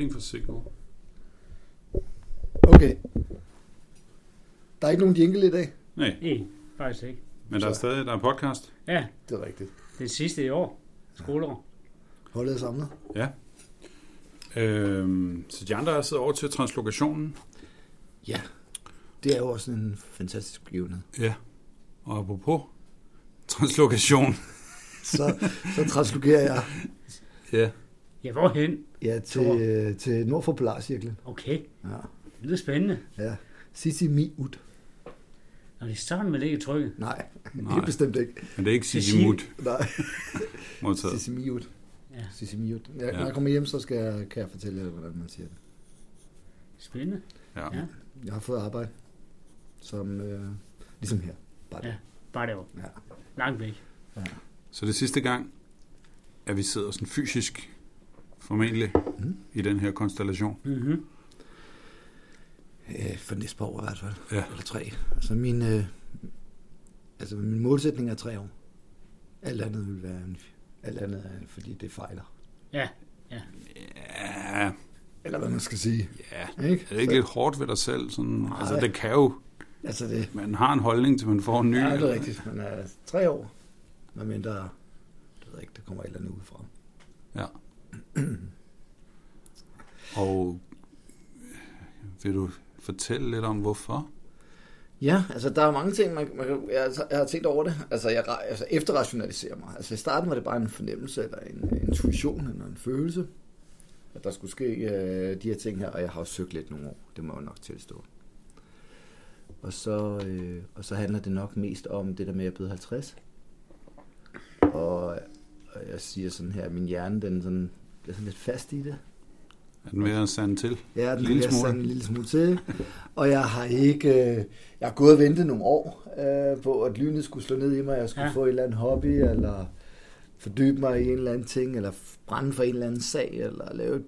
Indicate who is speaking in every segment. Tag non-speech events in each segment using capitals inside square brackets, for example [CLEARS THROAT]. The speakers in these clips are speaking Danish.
Speaker 1: Ingen forsikring.
Speaker 2: Okay. Der er ikke nogen jingle i dag.
Speaker 1: Nej,
Speaker 3: Nej, faktisk ikke.
Speaker 1: men der er stadig der er podcast.
Speaker 3: Ja,
Speaker 2: Det er rigtigt.
Speaker 3: det er sidste i år. Skoleår.
Speaker 2: Holdet er samlet.
Speaker 1: Ja. Øhm, så de andre sidder over til translokationen.
Speaker 4: Ja, det er jo også en fantastisk begivenhed.
Speaker 1: Ja. Og apropos translokation.
Speaker 2: Så, så translokerer jeg
Speaker 1: Ja.
Speaker 3: Ja, hvorhen?
Speaker 2: ja, til, øh, til nord for Polarcirklen.
Speaker 3: Okay,
Speaker 2: Ja.
Speaker 3: det lyder spændende.
Speaker 2: ja. Sissi Mi Ut.
Speaker 3: Når det er sådan med det i trykket.
Speaker 2: Nej, Nej,
Speaker 1: Nej.
Speaker 2: helt bestemt ikke.
Speaker 1: Men det er ikke
Speaker 3: Cecil.
Speaker 1: Sisimut
Speaker 2: [LAUGHS] Nej,
Speaker 1: modtaget.
Speaker 2: Sissi Mi Ut.
Speaker 3: Ja.
Speaker 2: Sissi Mi Ut. Jeg,
Speaker 1: Ja.
Speaker 2: Når jeg kommer hjem, så skal jeg, kan jeg fortælle jer, hvordan man siger det.
Speaker 3: Spændende.
Speaker 1: Ja.
Speaker 3: Ja.
Speaker 2: Jeg har fået arbejde, som øh, ligesom her. Bare det.
Speaker 3: Ja. Bare det var
Speaker 2: Ja.
Speaker 3: langt væk.
Speaker 1: Så det er sidste gang, at vi sidder sådan fysisk, formentlig,
Speaker 2: Mm.
Speaker 1: i den her konstellation.
Speaker 3: Mm-hmm.
Speaker 4: Øh, for næste par år i hvert fald.
Speaker 1: Ja.
Speaker 4: Eller tre. Altså min, øh, altså min målsætning er tre år. Alt andet vil være en, alt andet er, fordi det fejler.
Speaker 3: Ja,
Speaker 1: Ja,
Speaker 2: Eller hvad man skal sige.
Speaker 1: ja.
Speaker 2: Ikke?
Speaker 1: Er det ikke lidt hårdt ved dig selv? Sådan, altså,
Speaker 2: Nej.
Speaker 1: det kan jo...
Speaker 2: Så, altså det,
Speaker 1: Man har en holdning, til man får en ny.
Speaker 2: ja, det
Speaker 1: eller-
Speaker 2: er rigtigt. Man er tre år, medmindre, det ved jeg ikke, der kommer et eller andet udefra.
Speaker 1: Ja. Og vil du fortælle lidt om, hvorfor?
Speaker 4: Ja, altså der er mange ting, man, man kan- jeg, jeg har tænkt over det. Altså jeg ra- altså, efterrationaliserer mig. Altså i starten var det bare en fornemmelse, eller en, en intuition, eller en følelse, at der skulle ske øh, de her ting her, og jeg har også søgt lidt nogle år. Det må jeg jo nok tilstå. Og så, øh, og så handler det nok mest om det der med, at jeg er blevet 50. Og, og jeg siger sådan her, at min hjerne, den sådan, bliver sådan lidt fast i det.
Speaker 1: Er den ved at sande til?
Speaker 4: Ja, den
Speaker 1: Lille
Speaker 4: lille smule.
Speaker 1: smule.
Speaker 4: en lille smule til. Og jeg har ikke... Øh, jeg har gået og ventet nogle år øh, på, at lynet skulle slå ned i mig. Jeg skulle
Speaker 3: Ja.
Speaker 4: ja. få en eller anden hobby, eller fordybe mig i en eller anden ting, eller f- brænde for en eller anden sag, eller lave et,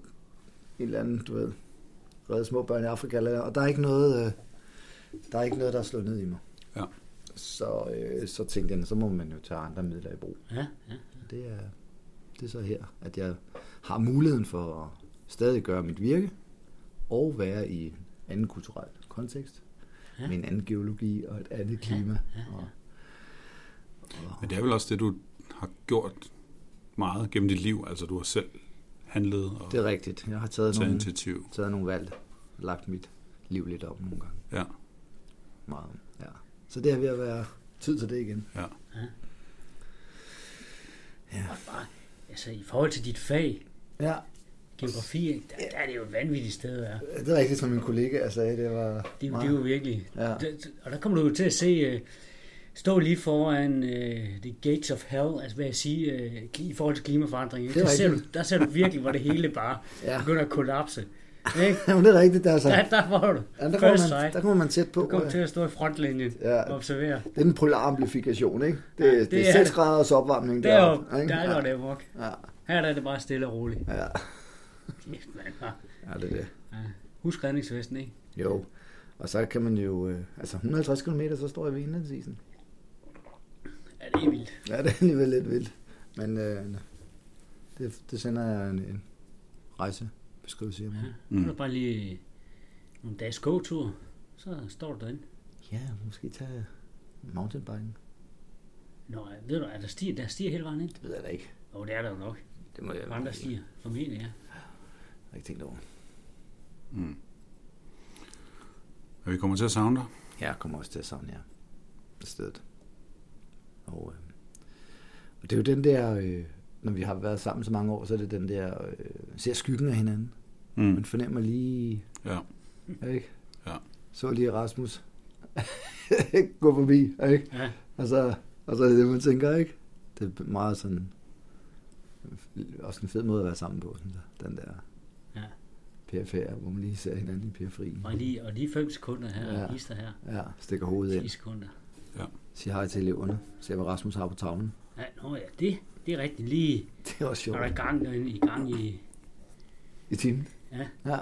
Speaker 4: en eller anden, du ved, redde små børn i Afrika. Eller, og der er ikke noget, øh, der er ikke noget, der er slået ned i mig.
Speaker 1: Ja.
Speaker 4: Så, øh, så tænkte jeg, så må man jo tage andre midler i brug.
Speaker 3: ja, ja.
Speaker 4: Det er, det er så her, at jeg har muligheden for at stadig gøre mit virke og være i en anden kulturel kontekst
Speaker 3: Ja.
Speaker 4: ja. med en anden geologi og et andet klima. Ja, ja, ja. Og,
Speaker 1: Men det er vel også det, du har gjort meget gennem dit liv. Altså, du har selv handlet og
Speaker 4: det er rigtigt. Jeg har taget
Speaker 1: taget
Speaker 4: nogle,
Speaker 1: initiativ.
Speaker 4: taget nogle valg og lagt mit liv lidt op nogle gange.
Speaker 1: Ja.
Speaker 4: Meget. om. Ja. Så det er ved at være tid til det igen.
Speaker 3: Og bare, altså i forhold til dit fag,
Speaker 4: Ja,
Speaker 3: geografi, der, der er det jo et vanvittigt sted at være.
Speaker 4: det er rigtigt, som min kollega sagde. Det var
Speaker 3: Det, er jo- det er jo virkelig.
Speaker 4: Ja.
Speaker 3: Det- Og der kommer du jo til at se, øh, stå lige foran øh, The Gates of Hell, altså hvad jeg siger, øh, kli- i forhold til klimaforandring.
Speaker 4: er
Speaker 3: Der ser, du,
Speaker 4: rigtigt.
Speaker 3: der ser du virkelig, hvor det hele bare ja.
Speaker 4: Ja.
Speaker 3: begynder at
Speaker 4: [LAUGHS]
Speaker 3: kollapse. Ikke?
Speaker 4: Jamen, det er rigtigt. Der, er så,
Speaker 3: Der, der var du.
Speaker 4: ja, der,
Speaker 3: First
Speaker 4: kommer man,
Speaker 3: sight.
Speaker 4: der kommer man tæt på.
Speaker 3: Du kom
Speaker 4: øh,
Speaker 3: til at stå i frontlinjen
Speaker 4: Ja.
Speaker 3: og observere.
Speaker 4: Det er den polare amplifikation, ikke? Det,
Speaker 3: Ja,
Speaker 4: ja,
Speaker 3: det
Speaker 4: det, det
Speaker 3: er
Speaker 4: er 6
Speaker 3: det.
Speaker 4: graders opvarmning
Speaker 3: Deroppe,
Speaker 4: deroppe, ikke?
Speaker 3: der går det vok.
Speaker 4: Ja,
Speaker 3: Her der er det bare stille og roligt.
Speaker 4: ja.
Speaker 3: Kæft, mand, hva?
Speaker 4: ja, det er det.
Speaker 3: Husk redningsvesten, ikke?
Speaker 4: Jo. Og så kan man jo... Øh, altså 150 km, så står jeg ved indlandsisen.
Speaker 3: Ja, det er vildt.
Speaker 4: Ja, det er alligevel lidt vildt. Men øh, det, det sender jeg en, en rejsebeskrivelse hjem.
Speaker 3: Mm. Nu er bare lige nogle dages gåtur, så står du derinde.
Speaker 4: Ja, måske tage mountainbiken.
Speaker 3: Nå, ved du, er der stier, der er stier hele vejen ind?
Speaker 4: Det ved jeg da ikke.
Speaker 3: Jo, det er der jo nok.
Speaker 4: Det må jeg
Speaker 3: På andre stier, formentlig, ja.
Speaker 4: har ikke tænkt over.
Speaker 1: Og Mm. vi kommer til at savne dig.
Speaker 4: Jeg kommer også til at savne jer på stedet. Og, øh, og det er jo den der, øh, når vi har været sammen så mange år, så er det den der, øh, ser skyggen af hinanden. Mm. Man fornemmer lige,
Speaker 1: Ja.
Speaker 4: ikke?
Speaker 1: Ja.
Speaker 4: Så lige Rasmus [LAUGHS] gå forbi, ikke?
Speaker 3: Ja.
Speaker 4: Og så, og så er det det, man tænker, ikke? Det er meget sådan, også en fed måde at være sammen på, synes jeg. Den der
Speaker 3: Ja.
Speaker 4: perifære, hvor man lige ser hinanden i periferien.
Speaker 3: Og lige, og lige 5 sekunder her, ja.
Speaker 4: Ja.
Speaker 3: hister her.
Speaker 4: Ja, stikker hovedet
Speaker 3: 10
Speaker 4: ind.
Speaker 3: sekunder.
Speaker 4: Sig hej til eleverne. Se, hvad Rasmus har på tavlen. [LAUGHS]
Speaker 3: Ja, nå ja, det, det er rigtigt. Lige,
Speaker 4: Det er også
Speaker 3: når der
Speaker 4: sjovt.
Speaker 3: er gang derinde, i gang i...
Speaker 4: I timen?
Speaker 3: Ja.
Speaker 4: ja.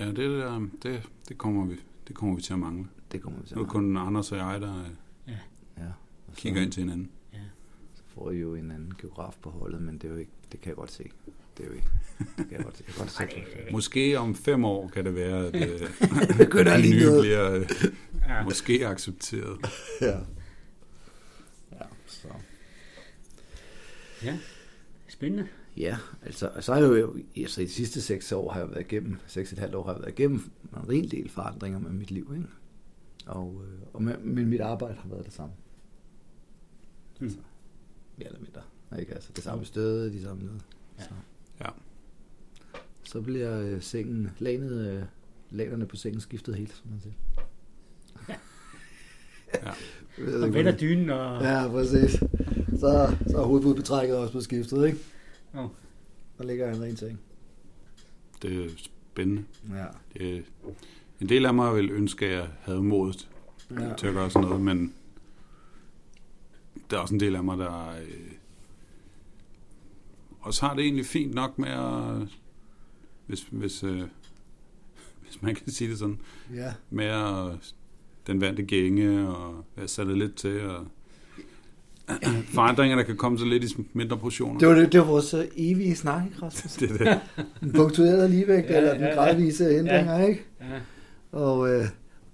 Speaker 1: Ja, det, der, det, det, kommer vi, det kommer vi til at mangle.
Speaker 4: Det kommer vi til.
Speaker 1: Nu er det kun Anders og jeg, der øh,
Speaker 4: Ja. Og
Speaker 1: kigger ind til hinanden.
Speaker 4: Så får I jo en anden geograf på holdet, men det, er jo ikke, det kan jeg godt se. det er jo ikke. Det kan jeg godt, jeg kan godt se.
Speaker 1: Måske om fem år kan det være,
Speaker 4: [LAUGHS]
Speaker 1: at øh,
Speaker 4: Begynder
Speaker 1: de
Speaker 4: lige
Speaker 1: nye
Speaker 4: noget.
Speaker 1: bliver øh, måske accepteret.
Speaker 5: Ja. Ja, så.
Speaker 3: Ja, spændende.
Speaker 4: Ja, altså, og så har jeg jo, altså i de sidste seks år har jeg været igennem, seks og et halvt år har jeg været igennem en rig del forandringer med mit liv, ikke? Og, øh, og med, men mit arbejde har været det samme.
Speaker 3: Mm.
Speaker 4: Altså, mere eller mindre. Ikke? Altså, det samme sted, de samme noget.
Speaker 3: Ja.
Speaker 4: Så.
Speaker 1: Ja.
Speaker 4: Så bliver øh, sengen, lanet, øh, lanerne på sengen skiftet helt, som man siger.
Speaker 1: Ja.
Speaker 4: Jeg [LAUGHS] ved
Speaker 3: Og
Speaker 4: ikke,
Speaker 3: vender
Speaker 4: hvordan-
Speaker 3: dynen og...
Speaker 4: Ja, præcis. Så, så er hovedbudbetrækket også blevet skiftet, ikke?
Speaker 3: Jo.
Speaker 4: Der ligger en ren ting.
Speaker 1: Det er spændende.
Speaker 4: Ja.
Speaker 1: Det er, en del af mig vil ønske, at jeg havde modet ja.
Speaker 4: Ja.
Speaker 1: til at gøre sådan noget, men der er også en del af mig, der øh, også har det egentlig fint nok med at, hvis, hvis, øh, [LAUGHS] hvis man kan sige det sådan,
Speaker 4: ja.
Speaker 1: med at, den vante gænge og være sat lidt til og [CLEARS THROAT] forandringer, der kan komme så lidt i mindre portioner.
Speaker 4: Det var, det, det var vores øh, evige snak, ikke, Rasmus?
Speaker 1: [LAUGHS] det, er det.
Speaker 4: Den punktuerede ligevægt,
Speaker 3: Ja,
Speaker 4: ja, eller den
Speaker 3: ja, ja.
Speaker 4: gradvise ændringer, ja. ikke?
Speaker 3: Ja.
Speaker 4: Og, øh,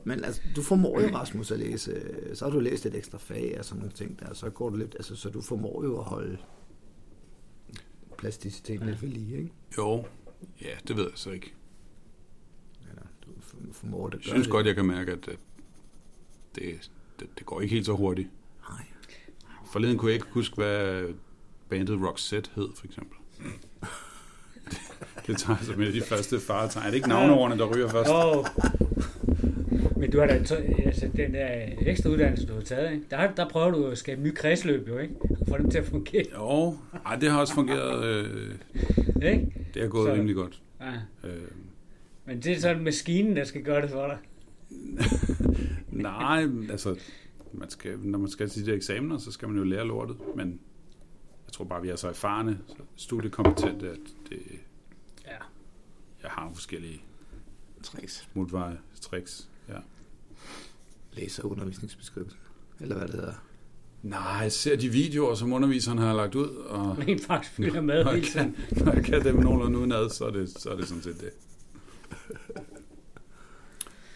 Speaker 4: men altså, du formår jo, Rasmus, at læse. øh, Så har du læst et ekstra fag og sådan nogle ting der, så går du lidt, altså, så du formår jo at holde plasticiteten lidt ved lige, ikke?
Speaker 1: Jo, ja, det ved jeg så ikke.
Speaker 4: Eller, du f- formår det.
Speaker 1: Jeg synes godt, jeg kan mærke, at øh, det, det, det går ikke helt så hurtigt.
Speaker 4: Nej.
Speaker 1: Forleden kunne jeg ikke huske, hvad bandet Roxette hed, for eksempel. Det tager jeg som et af de første faretegn. Er det ikke navneordene, der ryger først?
Speaker 3: Oh. Men du har da tø- altså, den der ekstra uddannelse, du har taget, ikke? Der, der prøver du at skabe nye kredsløb, jo, ikke? Og få dem til at fungere,
Speaker 1: Jo, Ej, det har også fungeret. Øh,
Speaker 3: ikke?
Speaker 1: det har gået
Speaker 3: Så-
Speaker 1: rimelig godt.
Speaker 3: Ja.
Speaker 1: Øh,
Speaker 3: Men det er sådan maskinen, der skal gøre det for dig.
Speaker 1: nej, altså, man skal, når man skal til de der eksamener, så skal man jo lære lortet. Men jeg tror bare, vi er så erfarne, så studiekompetente, at det,
Speaker 3: Ja.
Speaker 1: jeg har forskellige
Speaker 4: Tricks.
Speaker 1: smutveje, tricks. Ja.
Speaker 4: Læser undervisningsbeskrivelsen. Eller hvad det hedder.
Speaker 1: Nej, jeg ser de videoer, som underviseren har lagt ud, og
Speaker 3: Rent faktisk fylder med
Speaker 1: når jeg
Speaker 3: hele tiden.
Speaker 1: kan, [LAUGHS] når jeg kan dem nogenlunde udenad, så er det, så er det sådan set det.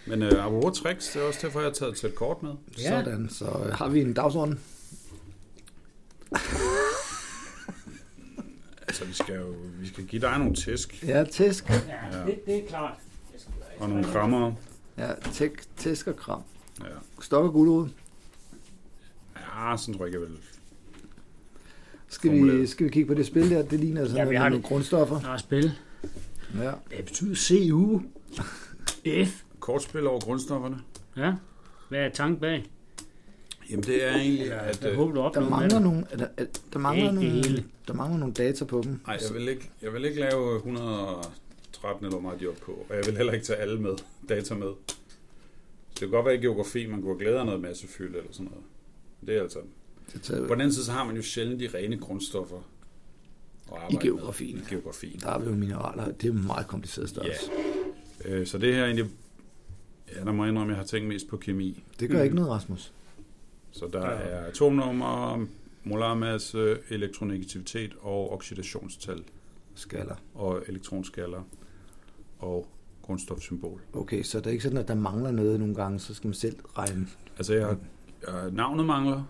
Speaker 1: Men øh, apropos tricks, det er også derfor, jeg har taget et sæt kort med.
Speaker 3: Ja.
Speaker 4: Sådan, så øh, har vi en dagsorden.
Speaker 1: Altså, vi skal jo vi skal give dig nogle tæsk
Speaker 4: Ja, tæsk.
Speaker 3: Ja, det, det er klart.
Speaker 1: og nogle krammer.
Speaker 4: Ja, tæk, tæsk og kram.
Speaker 1: Ja.
Speaker 4: Stok og gulerod.
Speaker 1: ja, sådan tror jeg ikke, jeg vil.
Speaker 4: Skal vi,
Speaker 1: Formuleret.
Speaker 4: skal vi kigge på det spil der? Det ligner sådan
Speaker 3: Ja,
Speaker 4: ja,
Speaker 3: vi
Speaker 4: noget
Speaker 3: har
Speaker 4: med nogle grundstoffer.
Speaker 3: Nå, spil.
Speaker 4: Ja.
Speaker 3: Det betyder CU. F.
Speaker 1: Kortspil over grundstofferne.
Speaker 3: Ja. Hvad er tanken bag?
Speaker 1: Jamen, det er egentlig, at...
Speaker 3: Jeg
Speaker 1: Øh,
Speaker 3: håber, du opnår
Speaker 4: Der
Speaker 3: med
Speaker 4: mangler
Speaker 3: det.
Speaker 4: nogle, er der, er, der mangler
Speaker 3: Ikke det
Speaker 4: nogle,
Speaker 3: hele.
Speaker 4: der mangler nogle data på dem.
Speaker 1: nej, jeg vil, ikke, jeg vil ikke lave 113 eller hvor meget de er oppe på, og jeg vil heller ikke tage alle med, [LAUGHS] data med. Så det kan godt være i geografi, man kunne have glæde af noget massefylde eller sådan noget. Det er altså
Speaker 4: Det tager,
Speaker 1: På den anden side, så har man jo sjældent de rene grundstoffer at arbejde med.
Speaker 4: geografien.
Speaker 1: I geografien.
Speaker 4: der er jo mineraler. Det er en meget kompliceret størrelse. Yeah.
Speaker 1: Øh, så det her er egentlig... Ja, der må jeg indrømme, at jeg har tænkt mest på kemi.
Speaker 4: Det gør ikke
Speaker 3: Mm.
Speaker 4: noget, Rasmus.
Speaker 1: Så der er atomnummer, molarmasse, elektronegativitet og oxidationstal
Speaker 4: Skaller.
Speaker 1: og elektronskaller og grundstofsymbol.
Speaker 4: Okay, så det er ikke sådan, at der mangler noget nogle gange, så skal man selv regne.
Speaker 1: Altså, jeg, jeg, navnet mangler.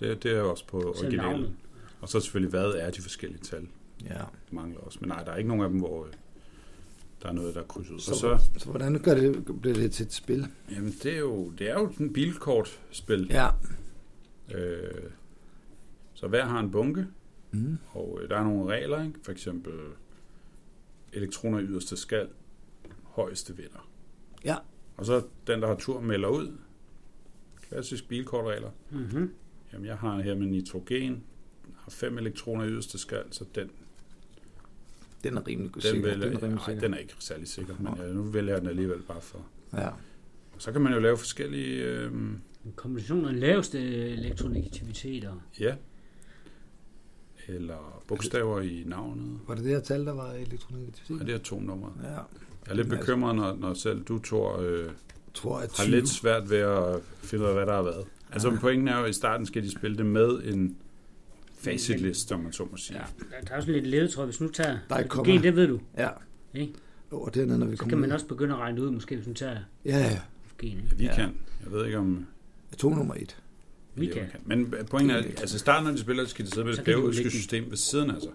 Speaker 1: Det, det er også på
Speaker 3: Selv
Speaker 1: originalen.
Speaker 3: navnet.
Speaker 1: Og så selvfølgelig, hvad er de forskellige tal?
Speaker 4: Ja.
Speaker 1: Det mangler også. Men nej, der er ikke nogen af dem, hvor øh, der er noget, der er krydset. ud.
Speaker 4: Så,
Speaker 1: Og
Speaker 4: så, så hvordan gør det, bliver det til et spil?
Speaker 1: Jamen, det er jo, det er jo sådan et bilkortspil.
Speaker 4: Ja.
Speaker 1: Øh, så hver har en bunke,
Speaker 4: Mm.
Speaker 1: og øh, der er nogle regler, ikke? for eksempel elektroner i yderste skal, højeste vinder.
Speaker 4: Ja.
Speaker 1: Og så den, der har tur, melder ud. Klassisk bilkortregler.
Speaker 3: Mhm.
Speaker 1: Jamen, jeg har her med nitrogen, har fem elektroner i yderste skal, så den,
Speaker 4: Den er rimelig den
Speaker 1: den,
Speaker 4: sikker.
Speaker 1: vælger,
Speaker 4: Den er rimelig
Speaker 1: nej,
Speaker 4: sikker.
Speaker 1: den er ikke særlig sikker, men øh, nu vælger jeg den alligevel bare for.
Speaker 4: Ja.
Speaker 1: Så kan man jo lave forskellige... Øh,
Speaker 3: Mhm. Kombinationen af laveste elektronegativitet og...
Speaker 1: Ja. Eller bogstaver i navnet.
Speaker 4: Var det det her tal, der var elektronegativitet?
Speaker 1: Ja, det er atomnummeret.
Speaker 4: Ja.
Speaker 1: Jeg er lidt
Speaker 4: Altså-
Speaker 1: bekymret, når, når selv du, Thor, øh,
Speaker 4: Jeg tror, at 20.
Speaker 1: har lidt svært ved at finde ud af, hvad der har været. Altså, pointen er jo, at i starten skal de spille det med en facitlist, om man så må sige. Ja.
Speaker 3: Der, der er også lidt ledetråd, hvis nu tager
Speaker 4: Der er et komma.
Speaker 3: gen, det ved du.
Speaker 4: Ja.
Speaker 3: Ikke?
Speaker 4: Og dernede, når vi
Speaker 3: Så
Speaker 4: kommer
Speaker 3: kan man
Speaker 4: ned.
Speaker 3: også begynde at regne ud, måske hvis nu tager
Speaker 4: Ja, ja.
Speaker 3: gen. Ikke?
Speaker 1: Vi
Speaker 4: Ja.
Speaker 1: ja. kan. Jeg ved ikke, om
Speaker 4: Atomnummer 1.
Speaker 3: Vi
Speaker 1: elever
Speaker 3: kan.
Speaker 1: Men pointen er, altså i starten, når de spiller, så skal de sidde med
Speaker 3: Så
Speaker 1: et
Speaker 3: kan de jo
Speaker 1: pædagogisk
Speaker 3: lægge den.
Speaker 1: system ved siden af sig.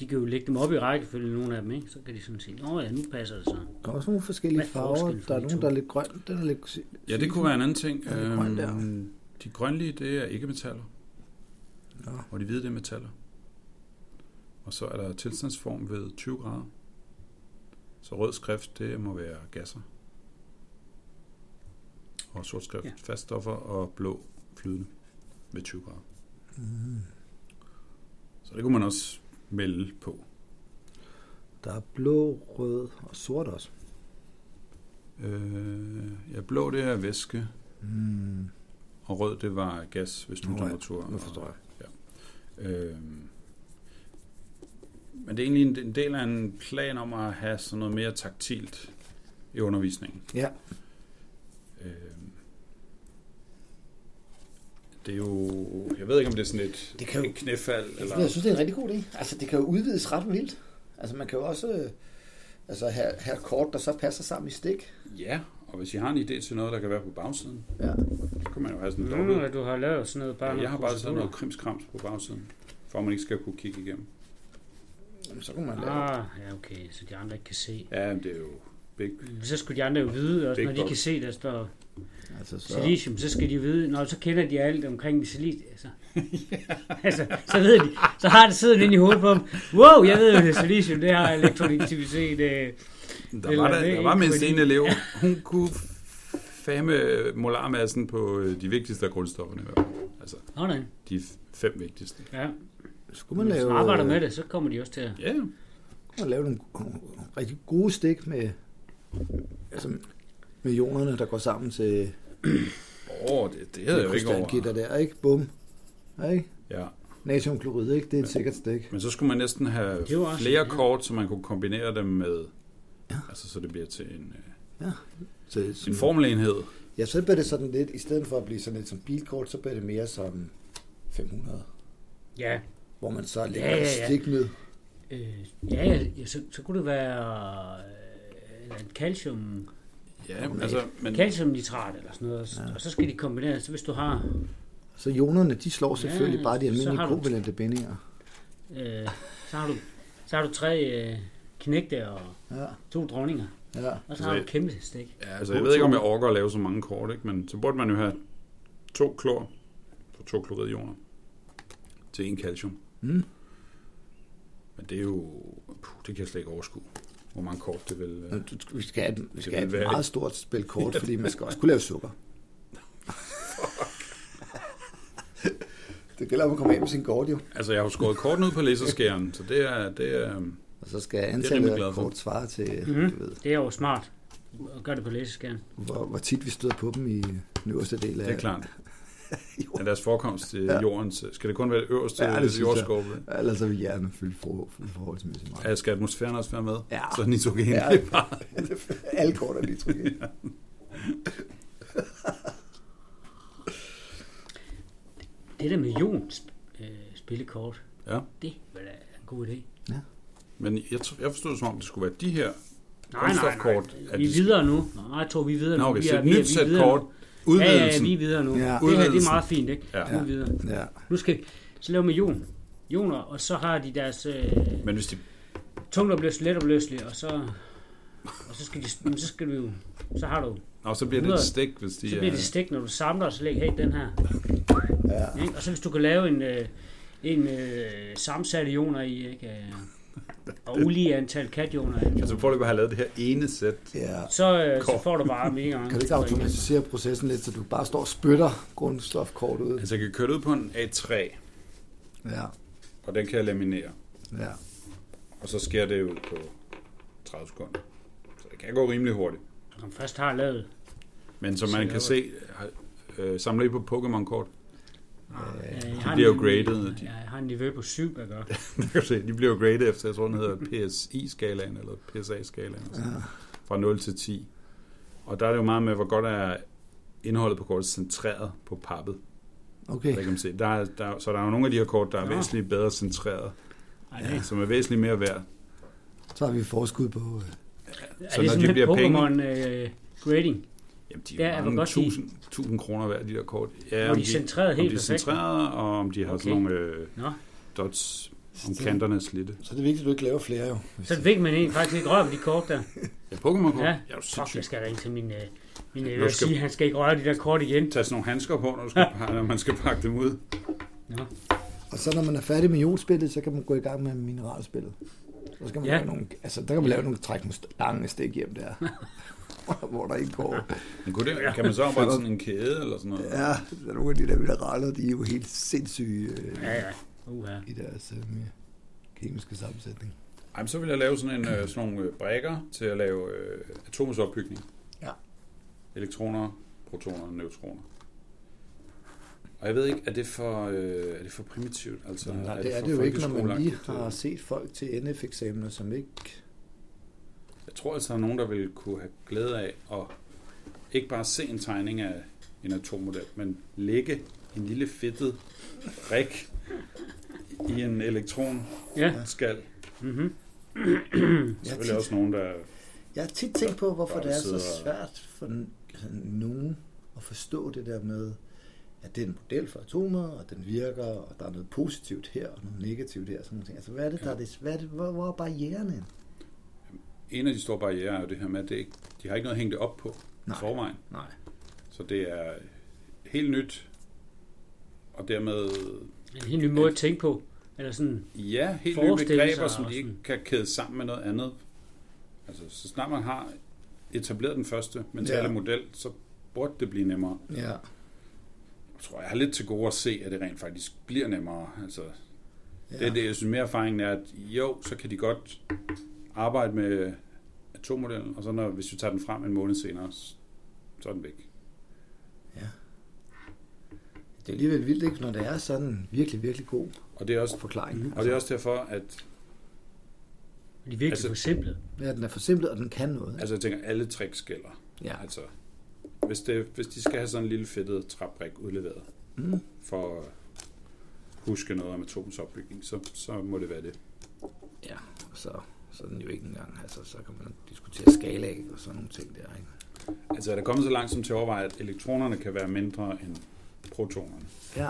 Speaker 3: De kan jo lægge dem op i rækkefølge, nogle af dem, ikke? Så kan de sådan sige, nå ja, nu passer det så.
Speaker 4: Der er også nogle forskellige
Speaker 3: Hvad er
Speaker 4: farver.
Speaker 3: forskellen for
Speaker 4: Der er
Speaker 3: de
Speaker 4: nogen,
Speaker 3: to?
Speaker 4: der er lidt grøn, den er lidt... sy-
Speaker 1: Ja,
Speaker 3: Mm.
Speaker 1: det kunne være en anden ting. Øhm,
Speaker 4: Ja, det er grøn der.
Speaker 1: de grønlige, det er ikke metaller.
Speaker 4: Nå.
Speaker 1: Og de hvide, det er metaller. Og så er der tilstandsform ved 20 grader. Så rød skrift, det må være gasser. Og sort skrift,
Speaker 3: Ja.
Speaker 1: ja. faststoffer og blå flydende ved 20 grader. Mm. Så det kunne man også melde på.
Speaker 4: Der er blå, rød og sort også.
Speaker 1: Øh, ja, blå det er væske,
Speaker 4: Mm.
Speaker 1: og rød det var gas ved
Speaker 4: Nu,
Speaker 1: stuetemperatur.
Speaker 4: nu
Speaker 1: og-
Speaker 4: forstår jeg.
Speaker 1: Øhm. Men det er egentlig en, en del af en plan om at have sådan noget mere taktilt i undervisningen.
Speaker 4: Ja.
Speaker 1: Øhm. Det er jo... Jeg ved ikke, om det er sådan et,
Speaker 5: Det kan jo-
Speaker 1: et knæfald, eller...
Speaker 5: Jeg synes, det er en rigtig god idé. Altså, det kan jo udvides ret vildt. Altså, man kan jo også øh, altså, have, have kort, der så passer sammen i stik.
Speaker 1: Ja, og hvis I har en idé til noget, der kan være på bagsiden,
Speaker 5: Ja.
Speaker 1: så kan man jo have sådan
Speaker 3: Nu,
Speaker 1: noget.
Speaker 3: at du har lavet sådan noget bare...
Speaker 1: Ja, jeg har bare sådan noget
Speaker 3: nogle
Speaker 1: krimskrams på bagsiden, for at man ikke skal kunne kigge igennem.
Speaker 5: Jamen, så kunne man lave...
Speaker 3: procedurer. Ah, ja, okay, så de andre ikke kan se.
Speaker 1: Ja, men det er jo... Big.
Speaker 3: Så skulle de andre jo vide, også
Speaker 1: Big
Speaker 3: når de
Speaker 1: dog.
Speaker 3: kan se, der står
Speaker 4: Altså, så...
Speaker 3: silicium, så skal de vide, når så kender de alt omkring silicium.
Speaker 1: [LAUGHS]
Speaker 3: Altså, [LAUGHS] altså, så ved de, så har det siddet inde i hovedet på dem. Wow, jeg ved jo, det er silicium, det har elektronegativitet. Øh,
Speaker 1: Der
Speaker 3: Eller
Speaker 1: var,
Speaker 3: er
Speaker 1: der,
Speaker 3: det
Speaker 1: der var
Speaker 3: ikke
Speaker 1: mindst
Speaker 3: fordi-
Speaker 1: en elev, hun kunne fame molarmassen på øh, de vigtigste af grundstofferne. i hvert fald. Altså,
Speaker 3: Nå, nej.
Speaker 1: de fem vigtigste.
Speaker 3: Ja.
Speaker 4: Skulle
Speaker 3: Men
Speaker 4: man
Speaker 3: hvis
Speaker 4: lave, øh,
Speaker 3: man arbejder med det, så kommer de også til at...
Speaker 1: Ja, yeah.
Speaker 4: Skulle man lave nogle, nogle rigtig gode stik med, altså, med jonerne, der går sammen til
Speaker 1: oh, det, det havde jeg jo ikke
Speaker 4: krystalgitter
Speaker 1: over.
Speaker 4: der, ikke? Bum. Ja, ikke?
Speaker 1: Ja.
Speaker 4: Natriumklorid, ikke? Det er et sikkert stik.
Speaker 1: Men så skulle man næsten have
Speaker 3: Det var også-
Speaker 1: flere
Speaker 3: ja.
Speaker 1: kort, så man kunne kombinere dem med, altså så det bliver til en, øh,
Speaker 4: Så,
Speaker 1: en formelenhed.
Speaker 5: Ja, så bliver det sådan lidt, i stedet for at blive sådan lidt som bilkort, så bliver det mere som 500,
Speaker 3: Ja,
Speaker 5: hvor man så lægger
Speaker 3: Ja,
Speaker 5: ja,
Speaker 3: ja,
Speaker 5: ja,
Speaker 3: ja.
Speaker 5: stik ned.
Speaker 3: øh, ja, ja, ja så, så kunne det være øh, eller en calcium,
Speaker 1: Ja, altså, men
Speaker 3: calciumnitrat eller sådan noget, ja. og så skal de kombinere, så hvis du har
Speaker 4: Så jonerne, de slår selvfølgelig
Speaker 3: Ja,
Speaker 4: ja, bare de
Speaker 3: så har
Speaker 4: almindelige
Speaker 3: du-
Speaker 4: kovalente bindinger.
Speaker 3: Øh, så, har du, så har du tre øh, knægte og
Speaker 4: Ja,
Speaker 3: to dronninger.
Speaker 4: ja.
Speaker 3: Og så har
Speaker 1: Altså,
Speaker 3: du et kæmpe stik.
Speaker 1: ja, altså, jeg ved ikke, om jeg orker at lave så mange kort, ikke? men så burde man jo have to klor på to kloridioner til en calcium.
Speaker 4: Mm.
Speaker 1: Men det er jo... Puh, det kan jeg slet ikke overskue, hvor mange kort det vil...
Speaker 4: Nå,
Speaker 1: Øh.
Speaker 4: du- Vi skal have et, vi skal have et
Speaker 1: være-
Speaker 4: meget stort spil kort, fordi man skal også kunne lave sukker.
Speaker 5: Det gælder om at komme af med sin kort,
Speaker 3: Mm.
Speaker 5: jo.
Speaker 1: Altså, jeg har jo skåret kortene ud på laserskæren, så det er... Det er øhm,
Speaker 4: Og så skal
Speaker 1: rimelig
Speaker 4: antallet
Speaker 1: glad
Speaker 4: af
Speaker 1: for.
Speaker 4: kort svare til,
Speaker 3: Mhm.
Speaker 4: du ved,
Speaker 3: Det er jo smart at gøre det på læseskærmen.
Speaker 4: hvor, hvor tit vi støder på dem i den øverste del af...
Speaker 1: det er
Speaker 3: [LAUGHS]
Speaker 1: klart.
Speaker 4: Jo.
Speaker 1: Af deres forekomst til ja. jordens... Skal det kun være det øverste
Speaker 4: Ja, det
Speaker 1: ja,
Speaker 4: synes
Speaker 1: det
Speaker 4: jeg.
Speaker 1: jordskåbe?
Speaker 4: Ellers så vil hjernen fylde for, fylde forholdsmæssigt meget.
Speaker 1: Ja, skal atmosfæren også være med?
Speaker 4: Ja.
Speaker 1: Så er nitrogen
Speaker 5: Ja.
Speaker 1: ja. bare...
Speaker 4: [LAUGHS]
Speaker 5: Alle kort er lige trykket.
Speaker 3: Det der med Jons øh, spillekort,
Speaker 1: Ja.
Speaker 3: det var da en god idé.
Speaker 1: Men jeg, tr- jeg forstod det som om, det skulle være de her.
Speaker 3: Nej, nej,
Speaker 1: Kunststofkort,
Speaker 3: nej.
Speaker 1: at
Speaker 3: Vi
Speaker 1: de
Speaker 3: er
Speaker 1: skal-
Speaker 3: videre nu. Nej, jeg tror, vi er videre
Speaker 1: Nå,
Speaker 3: nu.
Speaker 1: okay,
Speaker 3: vi
Speaker 1: så
Speaker 3: er,
Speaker 1: et
Speaker 3: vi er,
Speaker 1: nyt
Speaker 3: vi er
Speaker 1: sæt
Speaker 3: videre
Speaker 1: kort.
Speaker 3: Nu. Ja, ja, ja,
Speaker 1: Udvidelsen.
Speaker 3: vi er videre nu.
Speaker 4: Ja.
Speaker 3: Ja. Det her, det er
Speaker 1: Udvidelsen.
Speaker 3: meget fint, ikke?
Speaker 1: Ja.
Speaker 3: Nu er vi videre.
Speaker 4: Ja,
Speaker 3: Nu skal så laver vi med Jon. Joner, og så har de deres øh,
Speaker 1: Men hvis de...
Speaker 3: tungopløs, letopløselige, og så, og så skal de, men så skal du jo, så har du
Speaker 1: Nå, så bliver det et
Speaker 3: Videre.
Speaker 1: stik, hvis de...
Speaker 3: Så bliver
Speaker 1: er-
Speaker 3: det stik, når du samler, og så lægger hey, den her. Ja. Ikke? Og så hvis du kan lave en, øh, en med sammensatte ioner i, ikke? Øh, og ulige antal kationer, ikke?
Speaker 1: Altså, prøv lige at have lavet det her ene sæt.
Speaker 4: ja.
Speaker 3: så, øh, så
Speaker 1: Kort.
Speaker 3: får du bare mega mange.
Speaker 4: Kan du ikke automatisere processen lidt, så du bare står og spytter grundstofkort ud?
Speaker 1: Altså, jeg kan køre det ud på en A3,
Speaker 4: Ja,
Speaker 1: og den kan jeg laminere.
Speaker 4: ja.
Speaker 1: Og så sker det jo på 30 sekunder. Så det kan gå rimelig hurtigt.
Speaker 3: Når man først har lavet.
Speaker 1: Men som man kan se, har- øh, samler I på Pokémon-kort? [LAUGHS]
Speaker 3: Øh, jeg
Speaker 1: De
Speaker 3: har
Speaker 1: bliver
Speaker 3: en-
Speaker 1: jo graded.
Speaker 3: Ja, jeg har en niveau på 7, der gør.
Speaker 1: Man kan se, de bliver jo graded efter, jeg tror, den hedder PSI-skalaen, eller PSA-skalaen. Altså. Fra 0 til 10. Og der er det jo meget med, hvor godt er indholdet på kortet centreret på pappet.
Speaker 4: Okay.
Speaker 1: Der kan man se. Der er, der, så der er jo nogle af de her kort, der er
Speaker 3: Nå.
Speaker 1: væsentligt bedre centreret,
Speaker 3: Ej, det,
Speaker 1: ja. som er væsentligt mere værd.
Speaker 4: Så har vi forskud på... øh,
Speaker 3: er
Speaker 1: så
Speaker 3: det
Speaker 1: når
Speaker 3: sådan
Speaker 1: de
Speaker 3: lidt
Speaker 1: bliver penge-
Speaker 3: Pokémon øh, grading?
Speaker 1: Jamen, de
Speaker 3: Ja,
Speaker 1: er
Speaker 3: jeg
Speaker 1: ja,
Speaker 3: vil
Speaker 1: mange
Speaker 3: godt sige-
Speaker 1: tusind, tusind kroner værd, de der kort. Ja,
Speaker 3: Hvor de er centreret
Speaker 1: om
Speaker 3: helt
Speaker 1: de er
Speaker 3: perfekt.
Speaker 1: centreret, og om de har okay. sådan
Speaker 3: Okay.
Speaker 1: nogle øh,
Speaker 3: Nå.
Speaker 1: dots om kanterne slidt.
Speaker 5: Så er det vigtigt, at du ikke laver flere, jo.
Speaker 3: Så fik man egentlig faktisk ikke røre ved de kort der.
Speaker 1: Ja, Pokémon-kort?
Speaker 3: Ja,
Speaker 1: ja du er
Speaker 3: Fuck, jeg
Speaker 1: sindssygt.
Speaker 3: skal ringe til min... Øh, min øh,
Speaker 1: Nu
Speaker 3: jeg
Speaker 1: skal-
Speaker 3: sige, han skal ikke røre de der kort igen.
Speaker 1: Tag sådan nogle handsker på, når, du
Speaker 3: [LAUGHS]
Speaker 1: skal, når man skal pakke dem ud.
Speaker 4: Og så når man er færdig med jordspillet, så kan man gå i gang med mineralspillet. Så skal man
Speaker 3: Ja.
Speaker 4: ja. lave nogle, altså, der kan man lave nogle træk nogle st- lange stik hjem der. [LAUGHS] hvor der ikke går.
Speaker 1: Men kunne det, kan man så oprette sådan en kæde eller sådan noget?
Speaker 4: Ja, der er nogle af de der mineraler, de er jo helt sindssyge øh,
Speaker 3: Ja, ja. Uha.
Speaker 4: i deres øh, kemiske sammensætning.
Speaker 1: Ej, men så vil jeg lave sådan, en, øh, sådan nogle øh, brækker til at lave øh, atomers opbygning.
Speaker 4: Ja.
Speaker 1: Elektroner, protoner og neutroner. Og jeg ved ikke, er det for, øh, er det for primitivt? Altså,
Speaker 4: Nej,
Speaker 1: er
Speaker 4: det er øh. det jo ikke, når man lige
Speaker 1: folkeskoleagtigt?
Speaker 4: har set folk til NF-eksamener, som ikke...
Speaker 1: Jeg tror altså, der er nogen, der vil kunne have glæde af at ikke bare se en tegning af en atommodel, men lægge en lille fedtet rik i en elektronskal.
Speaker 3: Ja.
Speaker 1: Mm-hmm.
Speaker 4: Jeg
Speaker 1: Så
Speaker 4: har,
Speaker 1: vil også
Speaker 4: tit,
Speaker 1: nogen, der...
Speaker 4: jeg har tit tænkt på, hvorfor
Speaker 1: Bare
Speaker 4: det er så
Speaker 1: sidder-
Speaker 4: svært for n- altså, nogen at forstå det der med, at det er en model for atomer, og den virker, og der er noget positivt her, og noget negativt her, og sådan nogle ting. Altså, hvad er det, der er det, hvad er det, hvor, hvor er barrieren ind?
Speaker 1: En af de store barriere er jo det her med, at det ikke, de har ikke noget at hænge det op på i
Speaker 4: Nej.
Speaker 1: forvejen.
Speaker 4: Nej.
Speaker 1: Så det er helt nyt, og dermed,
Speaker 3: En helt ny måde at tænke på. Eller sådan...
Speaker 1: ja, helt nye
Speaker 3: Forestille sig
Speaker 1: begreber, som
Speaker 3: og
Speaker 1: de ikke
Speaker 3: sådan.
Speaker 1: kan kæde sammen med noget andet. Altså, så snart man har etableret den første mentale
Speaker 4: Ja.
Speaker 1: ja. model, så burde det blive nemmere.
Speaker 4: Ja.
Speaker 1: Jeg tror, jeg har lidt til gode at se, at det rent faktisk bliver nemmere. Altså,
Speaker 4: ja.
Speaker 1: det, er det, jeg synes, mere erfaringen er, at jo, så kan de godt arbejde med atommodellen, og så når, hvis vi tager den frem en måned senere, så er den væk.
Speaker 4: Det er alligevel vildt, ikke, når det er sådan virkelig, virkelig god
Speaker 1: Og det er også,
Speaker 4: forklaring.
Speaker 1: og det er også derfor, at
Speaker 3: De er virkelig altså,
Speaker 1: Altså-
Speaker 3: forsimplet.
Speaker 4: Ja, den er forsimplet, og den kan noget. Ikke?
Speaker 1: altså, jeg tænker, alle tricks gælder.
Speaker 4: Ja.
Speaker 1: Altså, hvis, det, hvis de skal have sådan en lille fedtet træbrik udleveret,
Speaker 4: Mm.
Speaker 1: for at huske noget om atomens opbygning, så, så må det være det.
Speaker 4: Ja, og så, så er den jo ikke engang. Altså, så kan man diskutere skala ikke, og sådan nogle ting der. Ikke?
Speaker 1: Altså er der kommet så langt som til at overveje, at elektronerne kan være mindre end protonerne?
Speaker 4: Ja.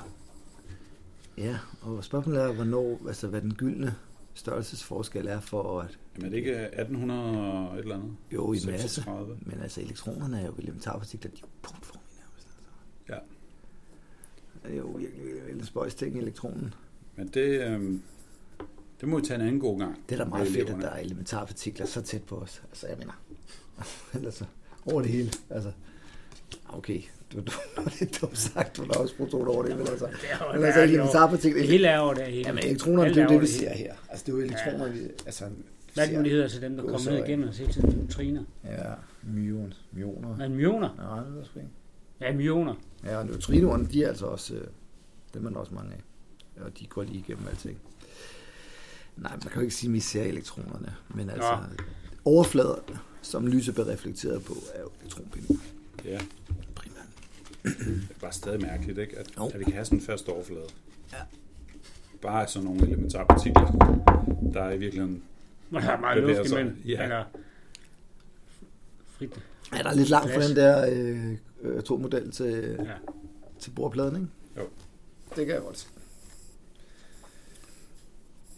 Speaker 4: Ja, og spørgsmålet er, hvornår, altså, hvad den gyldne størrelsesforskel er for at...
Speaker 1: Jamen er det ikke 1800 et eller andet?
Speaker 4: Jo, i masse.
Speaker 1: 36?
Speaker 4: Men altså, elektronerne er jo elementarpartikler, de er jo punktformige nærmest. Altså.
Speaker 1: Ja.
Speaker 4: Det er jo virkelig en spøjs ting, elektronen.
Speaker 1: Men det, øhm, det må vi tage en anden god gang.
Speaker 4: Det er da meget
Speaker 1: med
Speaker 4: fedt, at
Speaker 1: eleverne.
Speaker 4: der er elementarpartikler så tæt på os. Altså, jeg mener, [LAUGHS] ellers så over det hele. Altså, okay, du, du [LAUGHS] var lidt dumt sagt, du har også brugt ord over det, men altså,
Speaker 3: Det er jo
Speaker 4: men altså
Speaker 3: det er
Speaker 4: elementarpartikler,
Speaker 3: Det hele er over det hele.
Speaker 4: Jamen, elektronerne,
Speaker 3: Alt
Speaker 4: det er jo det,
Speaker 3: over
Speaker 4: vi
Speaker 3: hele.
Speaker 4: ser her. Altså, det er jo elektronerne, vi, altså, vi
Speaker 3: Hvad er det nu, de
Speaker 4: ser.
Speaker 3: hedder til dem, der
Speaker 4: God
Speaker 3: kommer
Speaker 4: sorg,
Speaker 3: ned
Speaker 4: ikke?
Speaker 3: igennem os hele tiden? Neutriner.
Speaker 4: Ja, myon, myoner.
Speaker 3: Men myoner?
Speaker 4: Nej, det er sgu ikke.
Speaker 3: Ja, myoner.
Speaker 4: Ja, og neutrinoerne, de er altså også, øh, dem er der også mange af. Og de går lige igennem alting. Nej, man kan jo ikke sige, at vi ser elektronerne, men altså, ja. overfladerne, som lyset bliver reflekteret på, er jo elektronbindinger
Speaker 1: Ja,
Speaker 4: primært.
Speaker 1: det er bare stadig mærkeligt, ikke? At,
Speaker 4: Jo.
Speaker 1: at vi kan have sådan en fast overflade.
Speaker 4: Ja.
Speaker 1: Bare sådan nogle elementare partikler, der er i virkeligheden...
Speaker 3: Hvor der er meget
Speaker 1: Bevæger
Speaker 3: luft
Speaker 1: sig.
Speaker 3: imellem.
Speaker 1: Ja.
Speaker 3: Eller frit.
Speaker 4: Ja, der er lidt langt fra
Speaker 3: Glas.
Speaker 4: den der øh, øh, atommodel til, ja.
Speaker 3: Ja.
Speaker 4: til bordpladen, ikke?
Speaker 1: Jo.
Speaker 4: Det kan jeg godt se.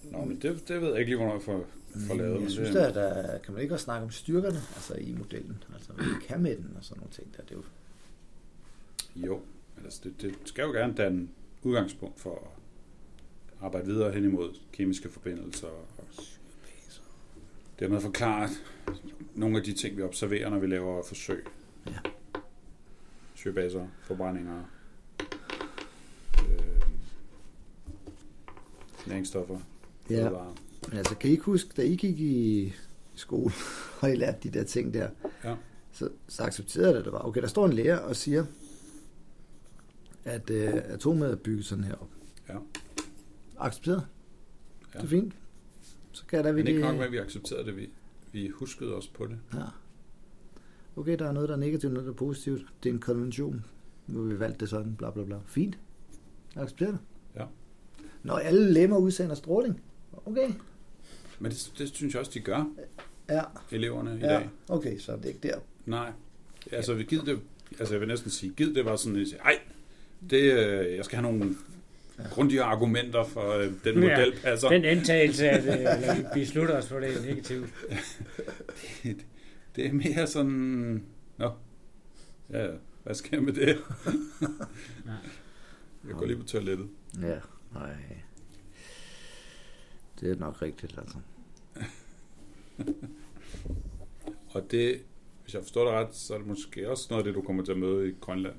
Speaker 1: Nå, men det, det ved jeg ikke lige, hvornår jeg får, får lavet. men
Speaker 4: Øh, Mm, Jeg synes
Speaker 1: det,
Speaker 4: da, at der kan man ikke også snakke om styrkerne altså i modellen, altså hvad vi kan med den og sådan nogle ting der. Det er jo,
Speaker 1: Jo, men altså, det, det skal jo gerne danne udgangspunkt for at arbejde videre hen imod kemiske forbindelser og dermed forklare nogle af de ting, vi observerer, når vi laver forsøg.
Speaker 4: Ja.
Speaker 1: Syrebaser, forbrændinger, øh, næringsstoffer,
Speaker 4: Ja.
Speaker 1: fødevarer.
Speaker 4: men altså kan I ikke huske, da I gik i skole, [LAUGHS] og I lærte de der ting der,
Speaker 1: Ja.
Speaker 4: så, så accepterede jeg det, det var. Okay, der står en lærer og siger, at øh, atomet er bygget sådan her op.
Speaker 1: Ja.
Speaker 4: Accepteret. Ja.
Speaker 1: Ja.
Speaker 4: Det er fint. Så kan der vi
Speaker 1: Men
Speaker 4: det...
Speaker 1: ikke nok med, at vi accepterede det, vi, vi huskede også på det.
Speaker 4: Ja. Okay, der er noget, der er negativt, noget, der er positivt. Det er en konvention. Nu har vi valgt det sådan, bla bla bla. Fint. Jeg accepterer det.
Speaker 1: Ja.
Speaker 4: Når alle lemmer udsender stråling. Okay.
Speaker 1: Men det, det synes jeg også, de gør,
Speaker 4: Ja.
Speaker 1: eleverne i
Speaker 4: ja.
Speaker 1: dag.
Speaker 4: Okay, så er det ikke der.
Speaker 1: Nej. Altså, vi gider det, altså, jeg vil næsten sige, giv det var sådan, at ej, det, øh, jeg skal have nogle grundigere argumenter for øh, den model. Ja, altså,
Speaker 3: Den antagelse, at øh, eller vi beslutter os for det er negativt.
Speaker 1: det, det er mere sådan, nå, ja, ja, hvad sker jeg med
Speaker 3: [LAUGHS]
Speaker 1: det? jeg går lige på toilettet.
Speaker 4: Ja, nej. Det er nok rigtigt, altså.
Speaker 1: Og det, hvis jeg forstår dig ret, så er det måske også noget af det, du kommer til at møde i Grønland.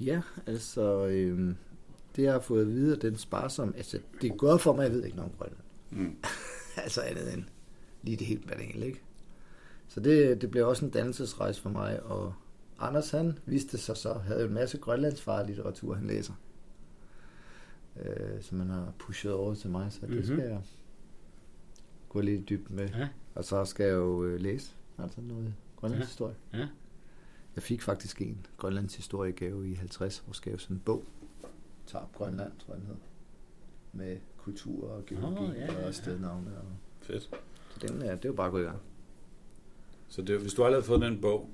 Speaker 4: Ja, altså, øhm, det jeg har fået at vide, at den sparsom, altså, det er godt for mig, jeg ved ikke noget om Grønland.
Speaker 1: Mm.
Speaker 4: [LAUGHS] altså andet end lige det helt banale, ikke? Så det, det blev også en dannelsesrejse for mig, og Anders han viste sig så, havde en masse grønlandsfar litteratur, han læser. Øh, som han har pushet over til mig, så det
Speaker 3: Mhm.
Speaker 4: mm-hmm. skal jeg gå lidt i dybden med.
Speaker 3: Ja.
Speaker 4: Og så skal jeg jo øh, læse altså noget grønlandshistorie.
Speaker 3: Ja. Ja.
Speaker 4: Jeg fik faktisk en grønlandshistorie gave i 50 årsgave, sådan en bog. Tarp Grønland, tror jeg den hed. Med kultur og geologi
Speaker 3: Nå,
Speaker 4: oh,
Speaker 3: ja,
Speaker 4: ja,
Speaker 3: ja, ja.
Speaker 4: og stednavne og
Speaker 1: Fedt.
Speaker 4: så den er, det er jo bare gået i gang.
Speaker 1: Så det, hvis du aldrig har fået den bog,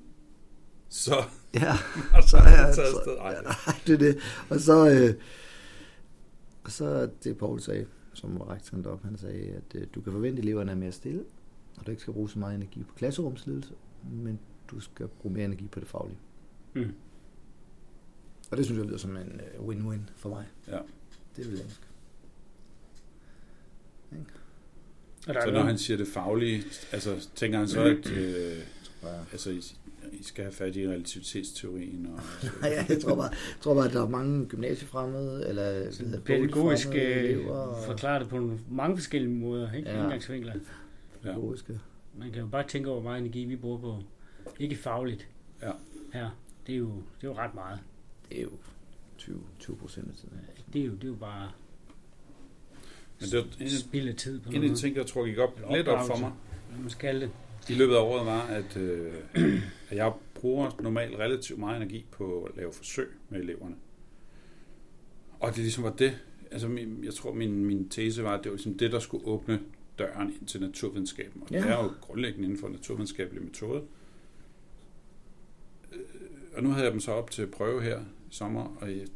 Speaker 1: så [LAUGHS]
Speaker 4: Ja,
Speaker 1: har du
Speaker 4: [LAUGHS] så er jeg...
Speaker 1: Altså, taget
Speaker 4: Så,
Speaker 1: afsted. Ej,
Speaker 4: [LAUGHS] det er det. Og så... Øh, og så det, Poul sagde, som var rektoren deroppe, han sagde, at øh, du kan forvente, at eleverne er mere stille, og du ikke skal bruge så meget energi på klasserumsledelse, men du skal bruge mere energi på det faglige.
Speaker 3: Mm.
Speaker 4: Og det synes jeg lyder som en øh, win-win for mig.
Speaker 1: Ja.
Speaker 4: Det vil jeg ønske. [LAUGHS]
Speaker 3: Og der er
Speaker 1: Så når
Speaker 3: noget-
Speaker 1: han siger det faglige, altså tænker
Speaker 3: [CLEARS THROAT]
Speaker 1: han så, at øh,
Speaker 4: Ja.
Speaker 1: altså, I, I skal have fat i relativitetsteorien? Og,
Speaker 4: Ja, jeg tror bare, jeg tror bare, at der er mange gymnasiefremmede, eller hvad hedder det,
Speaker 3: pædagogisk
Speaker 4: boligfremmede
Speaker 3: øh,
Speaker 4: elever og-
Speaker 3: forklare det på nogle- mange forskellige måder, ikke?
Speaker 4: Ja.
Speaker 3: Ja. Indgangsvinkler.
Speaker 1: ja.
Speaker 4: pædagogiske.
Speaker 3: Man kan jo bare tænke over, hvor meget energi vi bruger på. Ikke fagligt.
Speaker 1: Ja.
Speaker 3: Her. Det er jo, det er jo ret meget.
Speaker 4: Det er jo 20, 20 procent af tiden. ikke?
Speaker 3: Det er jo, det er jo bare
Speaker 1: Men det var en,
Speaker 3: spild af tid på
Speaker 1: en af de
Speaker 3: noget.
Speaker 1: ting, der tror jeg gik op,
Speaker 3: Eller
Speaker 1: lidt op for
Speaker 3: Mhm. opdragelse.
Speaker 1: mig
Speaker 3: Hvad man skal det.
Speaker 1: i løbet af året, var, at, øh, at jeg bruger normalt relativt meget energi på at lave forsøg med eleverne. Og det ligesom var det, altså min, jeg tror min, min tese var, at det var ligesom det, der skulle åbne døren ind til naturvidenskaben. Og ja. det
Speaker 4: Ja.
Speaker 1: er jo grundlæggende inden for naturvidenskabelig metode. Øh, Og nu havde jeg dem så op til prøve her i sommer, og jeg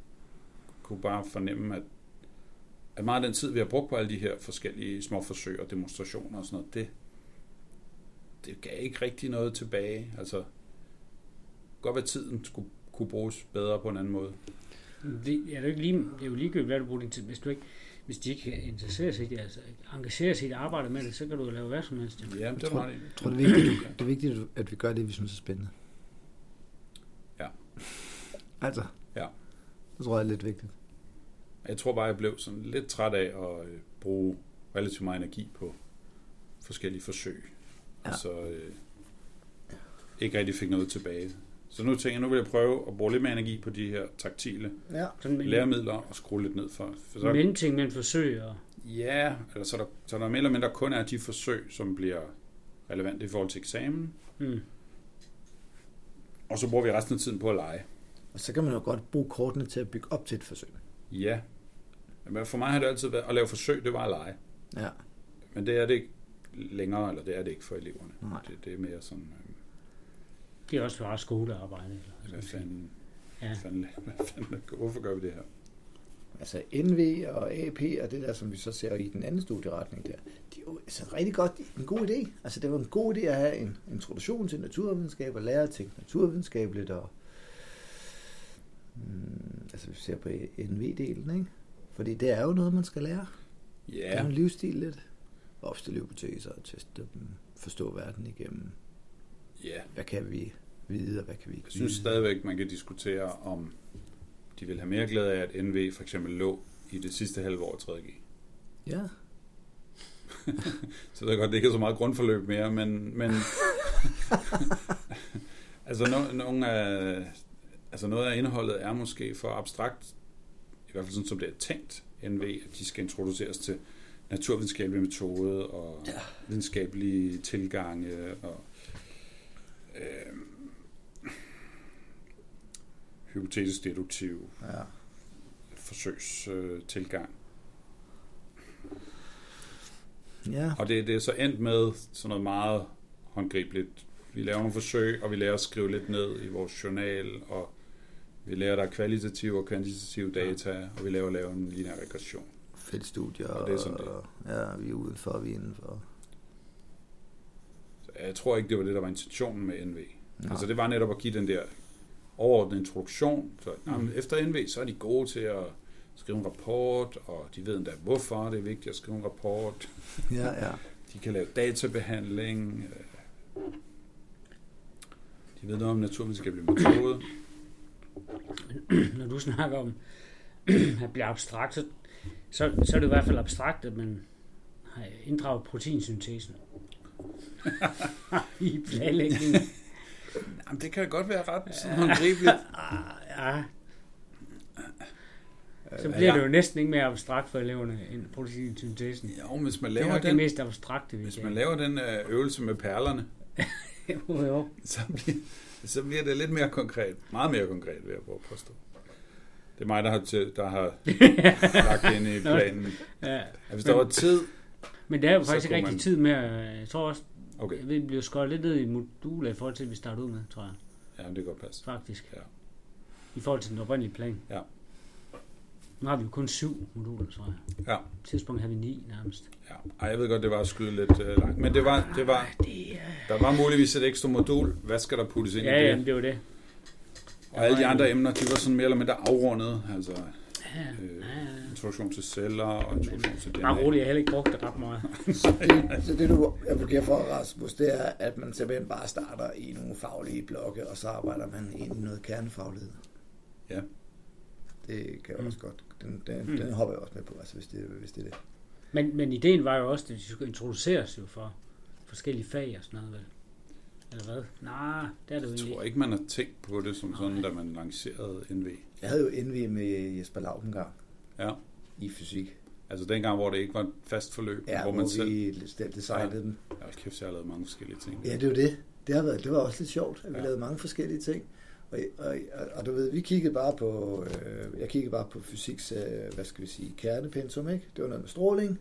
Speaker 1: kunne bare fornemme, at, at meget af den tid, vi har brugt på alle de her forskellige små forsøg og demonstrationer og sådan noget, det, det gav ikke rigtig noget tilbage. Altså, godt være tiden skulle kunne bruges bedre på en anden måde.
Speaker 3: Det er, jo ikke lige, det er jo ligegyldigt, hvad du bruger din tid. Hvis, du ikke, hvis de ikke interesserer sig i det, altså engagerer sig i det arbejde med det, så kan du jo lave hvad som helst.
Speaker 1: Ja, men det
Speaker 4: tror-
Speaker 1: var meget
Speaker 4: Jeg tror, det er vigtigt, det er vigtigt, at vi gør det, vi synes er spændende.
Speaker 1: Ja.
Speaker 4: Altså.
Speaker 1: Ja.
Speaker 4: Det tror jeg er lidt vigtigt.
Speaker 1: Jeg tror bare, jeg blev sådan lidt træt af at øh, bruge relativt meget energi på forskellige forsøg. Ja.
Speaker 4: Ja.
Speaker 1: Og så øh, ikke rigtig fik noget tilbage. Så nu tænker jeg, nu vil jeg prøve at bruge lidt mere energi på de her taktile
Speaker 4: Ja.
Speaker 3: Sådan en
Speaker 1: læremidler og skrue lidt ned for. for så,
Speaker 3: mellemting mellem forsøg og...
Speaker 1: ja, eller så der, så der mere eller mindre kun er de forsøg, som bliver relevante i forhold til eksamen.
Speaker 3: Mm.
Speaker 1: Og så bruger vi resten af tiden på at lege.
Speaker 4: Og så kan man jo godt bruge kortene til at bygge op til et forsøg.
Speaker 1: Ja. Men for mig har det altid været, at lave forsøg, det var at lege.
Speaker 4: Ja.
Speaker 1: Men det er det ikke længere, eller det er det ikke for eleverne.
Speaker 4: Nej.
Speaker 1: Det, det er mere sådan, øh,
Speaker 3: Det er også bare skolearbejde.
Speaker 1: Hvad
Speaker 3: Eller, sådan noget.
Speaker 1: fanden,
Speaker 3: Ja.
Speaker 1: ja. fanden, [LAUGHS] hvad fanden, hvorfor gør vi det her?
Speaker 4: Altså NV og AP og det der, som vi så ser i den anden studieretning der, det er jo altså, rigtig godt, det er en god idé. Altså det var en god idé at have en introduktion til naturvidenskab og lære at tænke naturvidenskabeligt og mm, altså hvis vi ser på NV-delen, ikke? Fordi det er jo noget, man skal lære. Ja. Det er
Speaker 1: Ja,
Speaker 4: jo en livsstil lidt. Opstille hypoteser og teste dem, forstå verden igennem.
Speaker 1: ja.
Speaker 4: Hvad kan vi vide, og hvad kan vi ikke
Speaker 1: Jeg synes
Speaker 4: vide?
Speaker 1: stadigvæk, man kan diskutere, om de vil have mere glæde af, at NV for eksempel lå i det sidste halve år af 3.G.
Speaker 4: Ja,
Speaker 1: Så ved jeg godt, det ikke er så meget grundforløb mere, men... men altså, no, nogle af, altså noget af indholdet er måske for abstrakt, i hvert fald sådan som det er tænkt, NV, at de skal introduceres til naturvidenskabelig metode og ja. videnskabelige tilgange og øh, hypotetisk deduktiv
Speaker 4: ja.
Speaker 1: forsøgstilgang.
Speaker 6: Ja,
Speaker 1: Og det, det er så endt med sådan noget meget håndgribeligt. Vi laver nogle forsøg, og vi lærer at skrive lidt ned i vores journal, og vi lærer, der er kvalitative og kvantitative data, og vi laver, laver en lineær regression.
Speaker 6: fedt studie.
Speaker 1: Og det er sådan, det er.
Speaker 6: og, Ja, vi er udenfor, vi er indenfor.
Speaker 1: Så Jeg tror ikke, det var det, der var intentionen med NV.
Speaker 6: Nej.
Speaker 1: Altså det var netop at give den der overordnede introduktion. Så, jamen, efter NV, så er de gode til at skrive en rapport, og de ved endda, hvorfor det er vigtigt at skrive en rapport.
Speaker 6: Ja, ja.
Speaker 1: De kan lave databehandling. øh, De ved noget om naturvidenskabelig metode.
Speaker 3: [CLEARS THROAT] Når du snakker om at blive abstrakt, så, så, så er det i hvert fald abstrakt, at man har inddraget proteinsyntesen [LAUGHS] i
Speaker 1: [LAUGHS]
Speaker 3: planlægningen.
Speaker 1: Jamen, det kan godt være ret sådan håndgribeligt.
Speaker 3: Ah, Ja.
Speaker 1: Øh,
Speaker 3: Så bliver det jo næsten ikke mere abstrakt for eleverne end proteinsyntesen. Det
Speaker 1: Jo, hvis man
Speaker 3: er
Speaker 1: laver
Speaker 3: nok det
Speaker 1: den,
Speaker 3: mest abstrakte, vi
Speaker 1: hvis
Speaker 3: kan.
Speaker 1: man laver den øh, øvelse med perlerne,
Speaker 3: [LAUGHS]
Speaker 1: [LAUGHS]
Speaker 3: jo, jo.
Speaker 1: så bliver, så bliver det lidt mere konkret. Meget mere konkret, vil jeg prøve at påstå. Det er mig, der har, til, der
Speaker 3: [LAUGHS]
Speaker 1: har lagt det ind i planen.
Speaker 3: Ja.
Speaker 1: At hvis der var tid...
Speaker 3: Men der er jo
Speaker 1: Så
Speaker 3: faktisk ikke
Speaker 1: kunne
Speaker 3: rigtig
Speaker 1: man-
Speaker 3: tid med, at- jeg tror også,
Speaker 1: Okay,
Speaker 3: jeg ved, vi bliver skåret lidt ned i moduler i forhold til, at vi startede ud med, tror jeg,
Speaker 1: ja, men det kan godt passe.
Speaker 3: faktisk.
Speaker 1: Ja.
Speaker 3: I forhold til den oprindelige plan.
Speaker 1: Ja.
Speaker 3: Nu har vi jo kun syv moduler, tror jeg.
Speaker 1: Ja,
Speaker 3: På et tidspunkt havde vi ni nærmest.
Speaker 1: ja. Ej, jeg ved godt, det var at skyde lidt øh, langt. Men det var, det var,
Speaker 3: Det er...
Speaker 1: der var muligvis et ekstra modul. Hvad skal der puttes ind
Speaker 3: Ja,
Speaker 1: i det?
Speaker 3: ja, men det var det.
Speaker 1: Og alle de andre emner, de var sådan mere eller mindre afrundet. Altså
Speaker 3: Ja,
Speaker 1: øh,
Speaker 3: ja, ja.
Speaker 1: introduktion til celler og introduktion til DNA.
Speaker 3: Bare roligt, jeg har heller ikke brugt det ret meget.
Speaker 4: Det, så Altså, det, du advokerer for, Rasmus, det er, at man simpelthen bare starter i nogle faglige blokke, og så arbejder man ind i noget kernefaglighed.
Speaker 1: Ja.
Speaker 4: Det kan jeg også godt. Den, den, mm. den hopper jeg også med på, altså, hvis, det, hvis det er det.
Speaker 3: Men, men ideen var jo også, at de skulle introduceres jo for forskellige fag og sådan noget, vel? Eller hvad? Nej, det er
Speaker 1: Jeg
Speaker 3: det jo egentlig.
Speaker 1: tror
Speaker 3: ikke.
Speaker 1: ikke, man har tænkt på det som sådan, da man lancerede NV.
Speaker 4: Jeg havde jo NV med Jesper Laupengang
Speaker 1: Ja.
Speaker 4: i fysik,
Speaker 1: Altså dengang, hvor det ikke var et fast forløb,
Speaker 4: ja,
Speaker 1: hvor man
Speaker 4: hvor
Speaker 1: selv...
Speaker 4: vi selv... designede ja. dem.
Speaker 1: Ja, hold kæft, jeg har lavet mange forskellige ting.
Speaker 4: Ja, det er jo det. Det, har været, det var også lidt sjovt, at vi
Speaker 1: Ja.
Speaker 4: ja. lavede mange forskellige ting. Og, og, og, og du ved, vi kiggede bare på, øh, jeg kiggede bare på fysiks, øh, hvad skal vi sige, kernepensum, ikke? Det var noget med stråling.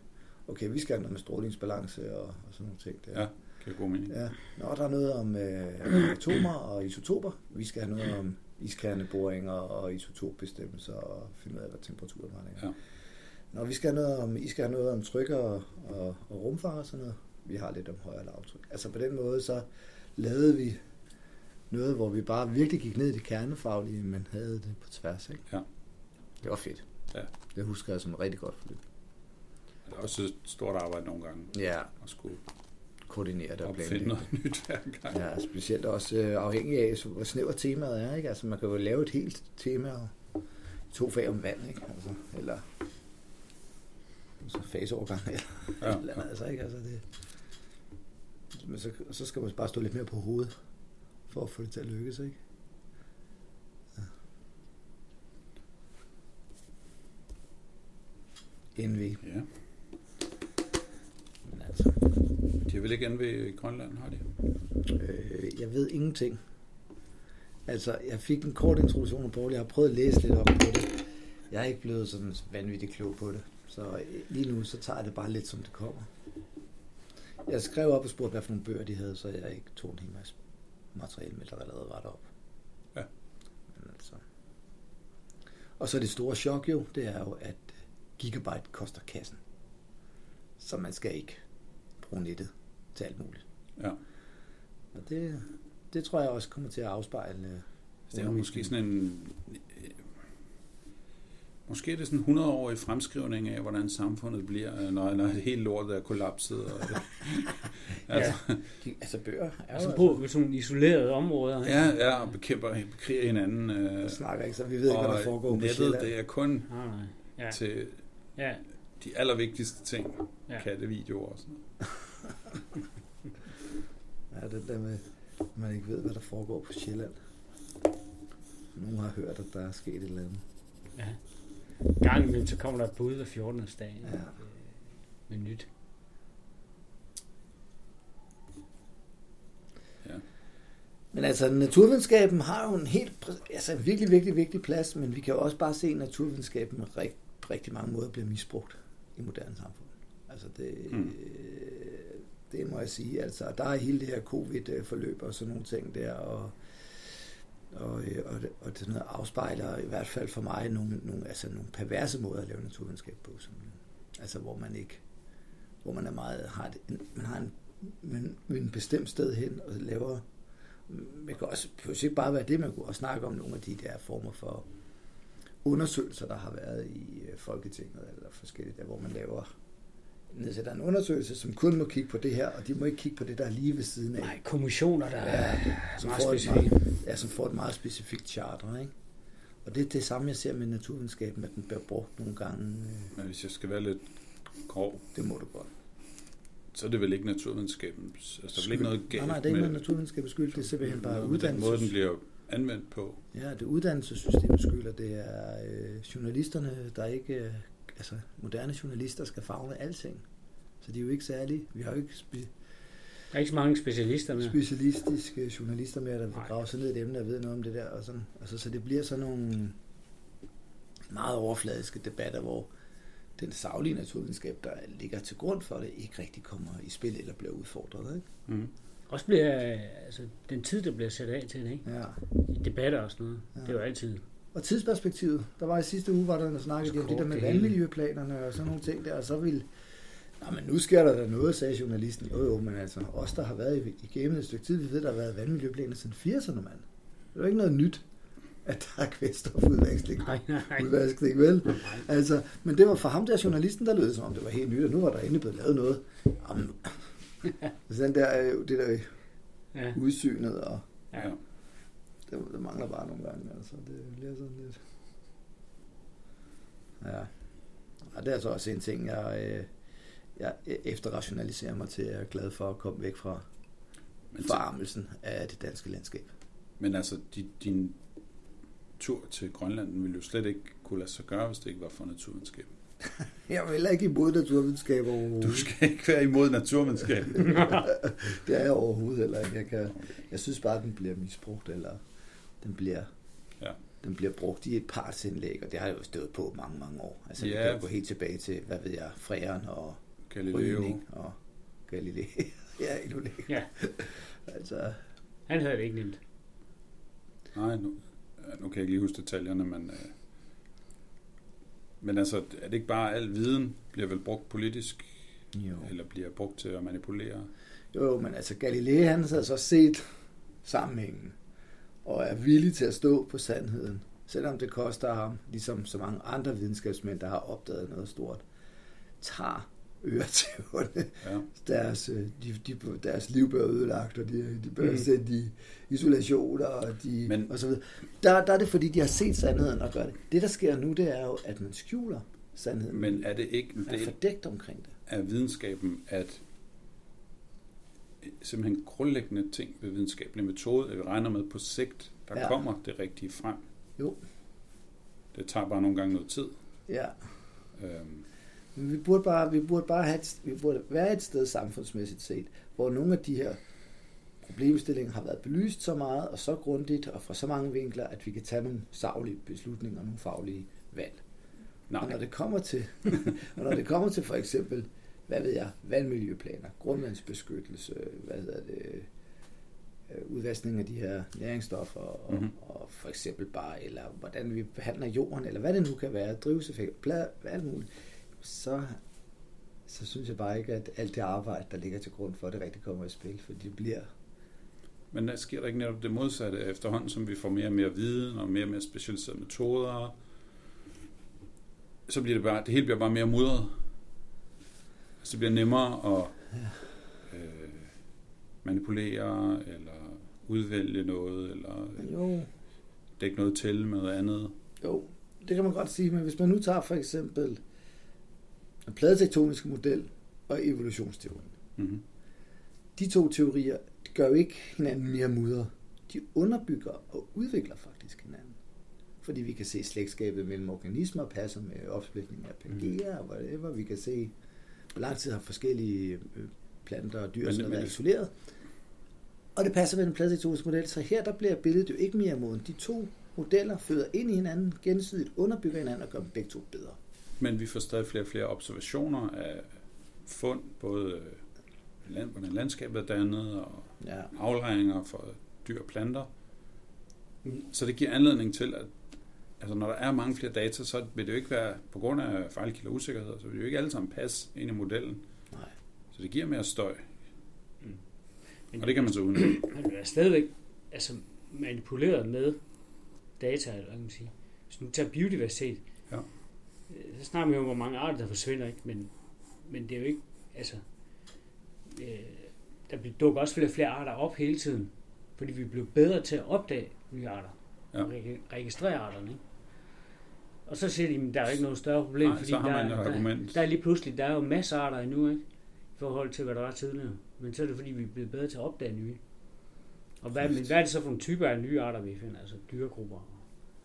Speaker 4: Okay, vi skal have noget med strålingsbalance og, og sådan nogle ting der.
Speaker 1: Ja. Giver god mening.
Speaker 4: ja. Nå, der er noget om øh, atomer og isotoper. Vi skal have noget om iskerneboringer og isotopbestemmelser og finde ud af, hvad temperaturen var.
Speaker 1: Ja.
Speaker 4: Ja. Nå, vi skal have noget om, I skal have noget om tryk og, og, og rumfang og sådan noget. Vi har lidt om højere lavtryk. Altså på den måde, så lavede vi noget, hvor vi bare virkelig gik ned i det kernefaglige, men havde det på tværs, ikke?
Speaker 1: Ja.
Speaker 4: Det var fedt.
Speaker 1: Ja.
Speaker 4: Det husker jeg som et rigtig godt forløb.
Speaker 1: Det er også et stort arbejde nogle gange
Speaker 4: Ja,
Speaker 1: at skulle
Speaker 4: koordinere det og
Speaker 1: opfinde
Speaker 4: planlægge.
Speaker 1: noget nyt hver gang.
Speaker 4: Ja, specielt også øh, afhængig af, så- hvor snævert temaet er. Ikke? Altså, man kan jo lave et helt tema og to fag om vand, ikke? Altså, eller så faseovergang eller ja,
Speaker 1: Ja,
Speaker 4: et eller andet, altså, ikke? Altså, det, men så, så skal man bare stå lidt mere på hovedet, for at få det til at lykkes, ikke? Ja. NV.
Speaker 1: Ja.
Speaker 4: Men altså,
Speaker 1: De har vel ikke NV i Grønland, har de?
Speaker 4: Øh, jeg ved ingenting. Altså, jeg fik en kort introduktion af Paul. Jeg har prøvet at læse lidt op på det. Jeg er ikke blevet sådan vanvittigt klog på det. Så øh, lige nu, så tager jeg det bare lidt, som det kommer. Jeg skrev op og spurgte, hvad for nogle bøger de havde, så jeg ikke tog en hel masse materiale med, der allerede var deroppe.
Speaker 1: Ja.
Speaker 4: Men altså. Og så det store chok jo, det er jo, at øh, gigabyte koster kassen. Så man skal ikke bruge nettet til alt muligt.
Speaker 1: Ja.
Speaker 4: Og det, det tror jeg også kommer til at afspejle. øh,
Speaker 1: Det er jo måske sådan en... øh, Måske er det sådan en 100-årig fremskrivning af, hvordan samfundet bliver, øh, når, når det hele lortet er kollapset.
Speaker 4: [LAUGHS]
Speaker 1: Og, altså,
Speaker 4: De, altså bøger er
Speaker 3: Altså
Speaker 4: jo
Speaker 3: på ved sådan nogle isolerede områder. ikke?
Speaker 1: ja, ja, og bekæmper, bekriger hinanden. Øh,
Speaker 4: Jeg snakker ikke, så vi ved ikke, hvad der foregår på
Speaker 1: nettet,
Speaker 4: Sjælland.
Speaker 1: det er kun
Speaker 3: Nej, nej. Ja,
Speaker 1: ja. til
Speaker 3: ja.
Speaker 1: de allervigtigste ting.
Speaker 3: Ja.
Speaker 1: Ja. Kattevideoer og sådan noget.
Speaker 4: Ja, det der med, at man ikke ved, hvad der foregår på Sjælland. Nogen har hørt, at der er sket et eller andet.
Speaker 3: Gang imellem, så kommer der et bud hver 14. dag.
Speaker 4: Ja.
Speaker 3: Ja. Med nyt.
Speaker 4: Men Men altså, naturvidenskaben har jo en helt, præ- altså en virkelig, virkelig vigtig plads, men vi kan jo også bare se, at naturvidenskaben på rigt, på rigtig mange måder bliver misbrugt i moderne samfund. Altså det,
Speaker 1: Mm.
Speaker 4: mm. det må jeg sige. Altså, der er hele det her covid-forløb og sådan nogle ting der, og og, øh, og, det- og det sådan noget afspejler i hvert fald for mig nogle, nogle, altså nogle perverse måder at lave naturvidenskab på. Simpelthen. Altså hvor man ikke, hvor man er meget, har et, en- man har en, man, vil en bestemt sted hen og laver, man kan også, behøver ikke bare være det, man kunne også snakke om nogle af de der former for undersøgelser, der har været i øh, Folketinget eller forskellige der, hvor man laver nedsætter en undersøgelse, som kun må kigge på det her, og de må ikke kigge på det, der er lige ved siden af.
Speaker 3: Nej, kommissioner, der er
Speaker 4: som
Speaker 3: meget
Speaker 4: får, et
Speaker 3: specifikt.
Speaker 4: meget, ja, som får et meget specifikt charter. Ikke? Og det er det samme, jeg ser med naturvidenskaben, at den bliver brugt nogle gange. Øh,
Speaker 1: Men hvis jeg skal være lidt grov,
Speaker 4: Det må du godt.
Speaker 1: så er det vel ikke naturvidenskaben. Altså, der er vel
Speaker 4: Skyld.
Speaker 1: ikke noget galt
Speaker 4: Nej, nej, det er ikke noget
Speaker 1: med,
Speaker 4: naturvidenskabens skyld, det er simpelthen bare
Speaker 1: med den måde, den
Speaker 4: uddannelses...
Speaker 1: bliver anvendt på.
Speaker 4: Ja, det er uddannelsessystemets skyld, og det er øh, journalisterne, der ikke... Øh, altså, moderne journalister skal fagne alting. Så de er jo ikke særlig... Vi har jo ikke spe-
Speaker 3: Der er ikke så mange specialister med.
Speaker 4: specialistiske journalister med, der vil
Speaker 3: Nej.
Speaker 4: grave sig ned i et emne og ved noget om det der. Og sådan. Altså, så det bliver sådan nogle meget overfladiske debatter, hvor den savlige naturvidenskab, der ligger til grund for det, ikke rigtig kommer i spil eller bliver udfordret. Ikke?
Speaker 1: Mm.
Speaker 3: Også bliver, øh, altså, den tid, der bliver sat af til det, ikke?
Speaker 4: Ja.
Speaker 3: I debatter og sådan noget. Ja. Det er jo altid.
Speaker 4: Og tidsperspektivet. Der var i sidste uge, var der noget
Speaker 3: Så
Speaker 4: snakket om det
Speaker 3: kort
Speaker 4: der med
Speaker 3: det hele.
Speaker 4: vandmiljøplanerne og sådan nogle ting der, og så ville... Nå, men nu sker der da noget, sagde journalisten. Jo, jo, men altså, os, der har været i, i gamet et stykke tid, vi ved, der har været vandmiljøplaner siden 80'erne, mand. Det er jo ikke noget nyt, at der er kvælstofudveksling.
Speaker 3: Nej, nej.
Speaker 4: udvaskning, vel? Altså, men det var for ham der journalisten, der lød som om det var helt nyt, og nu var der endelig blevet lavet noget. Om, altså den der, øh, det der
Speaker 3: Ja.
Speaker 4: udsynet, og
Speaker 3: Ja.
Speaker 1: Ja.
Speaker 4: det, det mangler bare nogle gange, altså det bliver sådan lidt... Ja, og det er altså også en ting, jeg, øh, jeg efterrationaliserer mig til, at jeg er glad for at komme væk fra
Speaker 1: Men,
Speaker 4: forarmelsen af det danske landskab.
Speaker 1: men altså, di- din tur til Grønland ville jo slet ikke kunne lade sig gøre, hvis det ikke var for naturvidenskaben.
Speaker 4: Jeg vil heller ikke imod naturvidenskab overhovedet.
Speaker 1: Du
Speaker 4: [LAUGHS]
Speaker 1: skal ikke være imod naturvidenskaben.
Speaker 4: det er jeg overhovedet heller ikke. Jeg, kan, jeg synes bare, at den bliver misbrugt, eller den bliver,
Speaker 1: Ja.
Speaker 4: den bliver brugt i et partsindlæg, og det har jeg jo stået på mange, mange år. Altså, yeah. vi
Speaker 1: Ja.
Speaker 4: kan jo gå helt tilbage til, hvad ved jeg, Fræren og
Speaker 1: Galileo.
Speaker 4: Rydning og Galileo. [LAUGHS] ja, endnu længere.
Speaker 3: Ja.
Speaker 4: [LAUGHS] Altså,
Speaker 3: Han havde det ikke nemt.
Speaker 1: Nej, nu, ja, nu kan jeg ikke lige huske detaljerne, men... Øh, men altså, er det ikke bare al viden bliver vel brugt politisk,
Speaker 4: jo.
Speaker 1: eller bliver brugt til at manipulere?
Speaker 4: jo, men altså, Galileo, han har så set sammenhængen, og er villig til at stå på sandheden, selvom det koster ham, ligesom så mange andre videnskabsmænd, der har opdaget noget stort, tager [LAUGHS] øretæverne
Speaker 1: Ja.
Speaker 4: deres, øh, de, de, deres liv bliver ødelagt, og de, de bliver mm. sendt i isolation, og, de,
Speaker 1: Men-
Speaker 4: Men, og så videre. Der, der er det, fordi de har set sandheden og gør det. Det, der sker nu, det er jo, at man skjuler sandheden.
Speaker 1: Men er det ikke en
Speaker 4: man er
Speaker 1: del
Speaker 4: fordækt omkring det.
Speaker 1: af videnskaben, at simpelthen grundlæggende ting ved videnskabelig metode, at vi regner med på sigt, der ja.
Speaker 4: Ja.
Speaker 1: kommer det rigtige frem.
Speaker 4: Jo.
Speaker 1: Det tager bare nogle gange noget tid.
Speaker 4: Ja.
Speaker 1: Øhm,
Speaker 4: Men vi burde bare, vi burde bare have et, vi burde være et sted samfundsmæssigt set, hvor nogle af de her problemstillinger har været belyst så meget og så grundigt og fra så mange vinkler, at vi kan tage nogle saglige beslutninger og nogle faglige valg. Og når
Speaker 1: nej,
Speaker 4: det kommer til, [LAUGHS] og når det kommer til for eksempel, hvad ved jeg, vandmiljøplaner, grundvandsbeskyttelse, hvad hedder det, øh, udvaskning af de her næringsstoffer, og,
Speaker 1: Mhm.
Speaker 4: mm-hmm. og for eksempel bare, eller hvordan vi behandler jorden, eller hvad det nu kan være, drivhuseffekt, bla, alt muligt, så, så synes jeg bare ikke, at alt det arbejde, der ligger til grund for det, rigtig kommer i spil, for det bliver
Speaker 1: men der sker der ikke netop det modsatte efterhånden, som vi får mere og mere viden og mere og mere specialiserede metoder? Så bliver det bare, det hele bliver bare mere mudret. Altså det bliver nemmere at øh, manipulere eller udvælge noget, eller
Speaker 4: jo
Speaker 1: dække noget til med noget andet.
Speaker 4: Jo, det kan man godt sige, men hvis man nu tager for eksempel den pladetektoniske model og evolutionsteorien.
Speaker 1: Mm-hmm.
Speaker 4: De to teorier gør jo ikke hinanden mere mudder. De underbygger og udvikler faktisk hinanden. Fordi vi kan se slægtskabet mellem organismer passer med opsplitning af
Speaker 1: Mm.
Speaker 4: Pangea og whatever. Vi kan se, hvor lang tid har forskellige øh, planter og dyr
Speaker 1: Men-
Speaker 4: sådan
Speaker 1: men-
Speaker 4: været isoleret. Og det passer med den plastiktoriske model, så her der bliver billedet jo ikke mere moden. De to modeller føder ind i hinanden, gensidigt underbygger hinanden og gør dem begge to bedre.
Speaker 1: Men vi får stadig flere og flere observationer af fund, både øh, land, hvordan landskabet er dannet, og
Speaker 4: Ja.
Speaker 1: aflejringer for dyr og planter. Så det giver anledning til, at altså, når der er mange flere data, så vil det jo ikke være, på grund af fejlkilder og usikkerheder, så vil det jo ikke alle sammen passe ind i modellen.
Speaker 4: Nej.
Speaker 1: Så det giver mere støj.
Speaker 3: Men-
Speaker 1: Og det kan man så udnytte.
Speaker 3: Men du er stadigvæk altså, manipuleret med data, eller hvad kan man sige. Hvis nu tager biodiversitet,
Speaker 1: Ja.
Speaker 3: øh, så snakker vi jo om, hvor mange arter, der forsvinder, ikke? Men, men det er jo ikke, altså, øh, der bliver- dukker også flere, og flere arter op hele tiden, fordi vi bliver bedre til at opdage nye arter,
Speaker 1: Ja.
Speaker 3: og reg- registrere arterne, ikke? Og så siger de, at der er jo ikke noget større problem,
Speaker 1: Nej,
Speaker 3: fordi
Speaker 1: så har
Speaker 3: der,
Speaker 1: man et
Speaker 3: er- der,
Speaker 1: argument.
Speaker 3: der er lige pludselig, der er jo masser af arter endnu, ikke? I forhold til, hvad der var tidligere. Men så er det, fordi vi er blevet bedre til at opdage nye. Og hvad, men hvad er det så for nogle typer af nye arter, vi finder? Altså dyregrupper og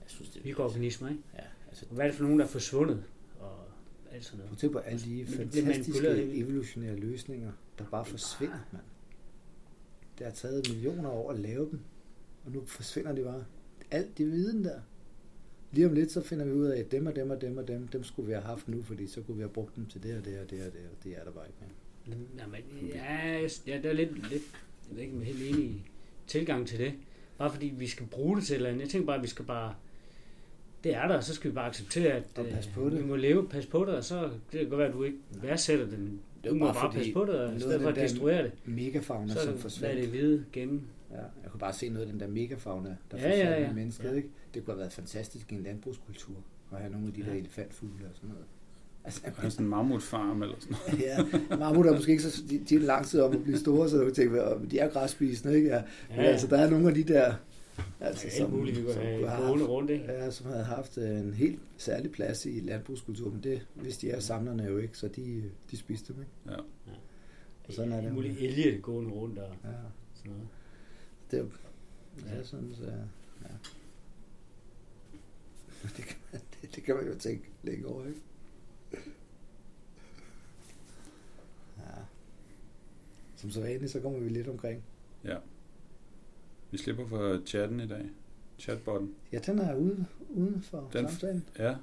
Speaker 4: Jeg synes, det
Speaker 3: mikroorganismer, ikke?
Speaker 4: Øh, Ja, altså,
Speaker 3: Og hvad er det for nogen, der er forsvundet? Og alt sådan
Speaker 4: prøv
Speaker 3: noget.
Speaker 4: at tænke på alle de
Speaker 3: Men det bliver
Speaker 4: fantastiske
Speaker 3: manipuleret, Ah. ikke?
Speaker 4: evolutionære løsninger, der bare forsvinder, mand. Det har taget millioner år at lave dem, og nu forsvinder de bare. Alt det viden der. Lige om lidt, så finder vi ud af, at dem og dem og dem og dem, dem skulle vi have haft nu, fordi så kunne vi have brugt dem til det og det og det og det, og det er der bare ikke mere.
Speaker 3: Jamen, ja, jeg- ja, der er lidt, lidt, jeg ved ikke, om jeg er helt enig i tilgang til det. Bare fordi vi skal bruge det til et eller andet. Jeg tænker bare, at vi skal bare... Det er der, og så skal vi bare acceptere, at
Speaker 4: Og
Speaker 3: øh,
Speaker 4: passe på det.
Speaker 3: vi må leve, passe på det, og så det kan godt være, at du ikke værdsætter det, men
Speaker 4: Det er
Speaker 3: du
Speaker 4: jo
Speaker 3: må
Speaker 4: bare
Speaker 3: bare
Speaker 4: fordi
Speaker 3: passe på det, og i
Speaker 4: noget
Speaker 3: stedet
Speaker 4: af
Speaker 3: for at
Speaker 4: den der-
Speaker 3: destruere det,
Speaker 4: Megafauna,
Speaker 3: så er
Speaker 4: som
Speaker 3: det, lad
Speaker 4: forsvandt.
Speaker 3: det hvide gennem.
Speaker 4: Ja, jeg kunne bare se noget af den der megafauna, der
Speaker 3: Ja,
Speaker 4: ja, forsvandt
Speaker 3: ja,
Speaker 4: ja,
Speaker 3: ja.
Speaker 4: ja. mennesket.
Speaker 1: Ja.
Speaker 4: Ikke? Det kunne have været fantastisk i en landbrugskultur, at have nogle af de
Speaker 3: Ja.
Speaker 4: der elefantfugle og sådan noget. Altså,
Speaker 1: Og have sådan en mammutfarm eller sådan noget.
Speaker 4: ja, mammut er måske ikke så, de, de er lang tid om at blive store, så du kan tænke, "Åh, men de er græsspisende, ikke? Ja. Men
Speaker 3: Ja,
Speaker 4: ja. altså, der er nogle af de der, altså,
Speaker 3: altså, alt muligt, vi kunne have gående rundt, ikke?
Speaker 4: ja, som havde haft øh, en helt særlig plads i landbrugskulturen, men det vidste de her samlerne jo ikke, så de, øh, de spiste dem, ikke?
Speaker 1: Ja.
Speaker 4: Og sådan er det.
Speaker 3: Alle
Speaker 4: jo.
Speaker 3: mulige elge gående rundt og
Speaker 4: Ja,
Speaker 3: sådan noget.
Speaker 4: det er jo- ja, sådan, så, ja. [LAUGHS] Det kan, man, det, det kan man jo tænke længe over, ikke? Ja. Som så vanligt, så kommer vi lidt omkring.
Speaker 1: Vi slipper for chatten i dag. Chatbotten.
Speaker 4: Ja, den er ude, uden for
Speaker 1: Den-
Speaker 4: den... samtalen.
Speaker 1: Ja.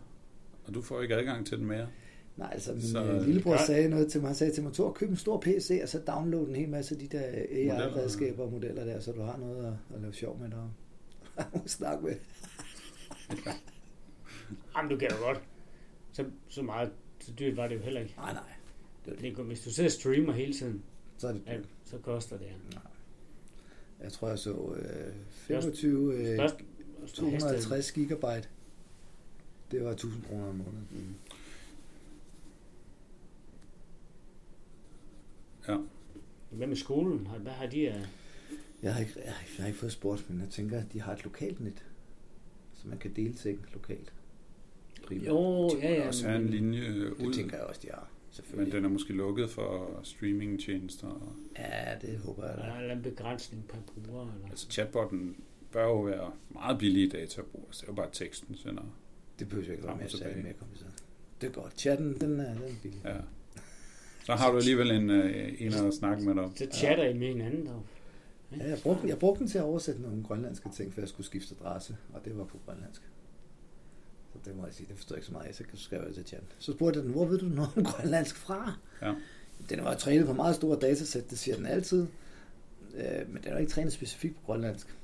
Speaker 1: Og du får ikke adgang til den mere.
Speaker 4: Nej, altså min
Speaker 1: Så-
Speaker 4: så... lillebror
Speaker 3: Ja.
Speaker 4: sagde noget til mig. Han sagde til mig, Tor, køb en stor PC, og så download en hel masse af de der AI-redskaber og modeller der, så du har noget at, at lave sjov med [LAUGHS] dig. og snakke med.
Speaker 3: Jamen, du kan jo godt. Så, så meget, så dyrt var det jo heller ikke.
Speaker 4: Nej, nej.
Speaker 3: Det, er- hvis du sidder og streamer hele tiden,
Speaker 4: Så er det,
Speaker 3: ja, så koster det.
Speaker 4: jeg tror, jeg så øh, 25, øh,
Speaker 3: Først,
Speaker 4: 250 gigabyte. Det var 1000 kroner om måneden.
Speaker 3: Hvad med skolen? Har- Hvad har de af...
Speaker 4: Jeg har, ikke, jeg, har ikke- jeg har ikke fået spurgt, men jeg tænker, at de har et lokalt net, så man kan dele ting lokalt. Primært.
Speaker 3: Jo, ja,
Speaker 1: Ja,
Speaker 3: ja.
Speaker 1: også have en linje øh,
Speaker 4: Det
Speaker 1: ud.
Speaker 4: tænker jeg også, de har.
Speaker 1: Men
Speaker 4: Selvfølgelig.
Speaker 1: den er måske lukket for streamingtjenester. og-
Speaker 4: Ja, det håber jeg
Speaker 3: Er
Speaker 4: da.
Speaker 3: der en eller anden begrænsning per bruger? Eller?
Speaker 1: Altså chatbotten bør jo være meget billig i data at bruge. Altså, det er jo bare teksten sender.
Speaker 4: Det behøver jeg ikke være
Speaker 1: Frem og
Speaker 4: mere særlig
Speaker 1: tilbage.
Speaker 4: mere kompliceret. Det er godt. Chatten, den er, den er billig.
Speaker 1: Ja. Så har du alligevel en, øh, en at snakke med dig om.
Speaker 3: Så chatter I med hinanden dog.
Speaker 4: Ja, jeg, brugte, den- jeg brugte den til at oversætte nogle grønlandske ting, for jeg skulle skifte adresse, og det var på grønlandsk. Så det må jeg sige, det forstår jeg ikke så meget af, så skrev jeg til chatten. Så spurgte jeg den, hvor ved du noget om grønlandsk fra?
Speaker 1: Ja.
Speaker 4: Den var trænet på meget store datasæt, det siger den altid, øh, men den var ikke trænet specifikt på grønlandsk.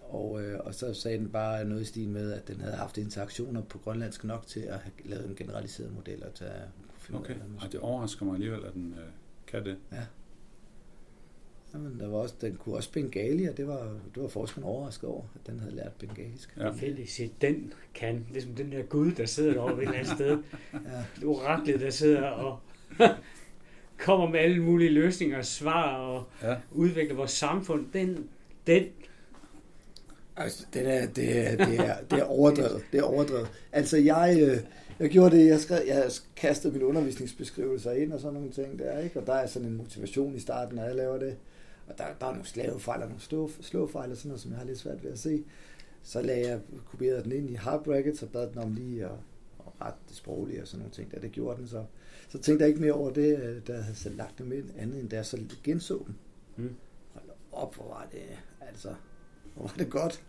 Speaker 4: Og, øh, og så sagde den bare noget i stil med, at den havde haft interaktioner på grønlandsk nok til at have lavet en generaliseret model og tage finde ud af,
Speaker 1: Okay.
Speaker 4: hvad man
Speaker 1: Ej, det overrasker mig alligevel, at den øh, kan det.
Speaker 4: Jamen, der var også, den kunne også Bengali, og det var, det var forskerne overrasket over, at den havde lært bengalisk.
Speaker 1: Ja.
Speaker 3: Ja. Fedt, I siger, den kan. Det er som den der gud, der sidder derovre ved et eller andet sted. Ja. Oraklet, der sidder og [LAUGHS] kommer med alle mulige løsninger og svar og
Speaker 1: Ja.
Speaker 3: udvikler vores samfund. Den, den.
Speaker 4: Altså, det er, det, er, det, er, det er overdrevet. Det er overdrevet. Altså, jeg, øh, jeg gjorde det, jeg, skrev, jeg kastede mine undervisningsbeskrivelser ind og sådan nogle ting der, ikke? Og der er sådan en motivation i starten, når jeg laver det. Og der, der er nogle slavefejl og nogle slå, slåfejl og sådan noget, som jeg har lidt svært ved at se. Så lagde jeg, kopierede den ind i hard brackets og bad den om lige at, at rette det sproglige og sådan nogle ting der. Det gjorde den så. Så tænkte jeg ikke mere over det, øh, da jeg havde så lagt dem ind, andet end da jeg så genså dem.
Speaker 3: Mm.
Speaker 4: Hold op, hvor var det, altså, hvor var det godt.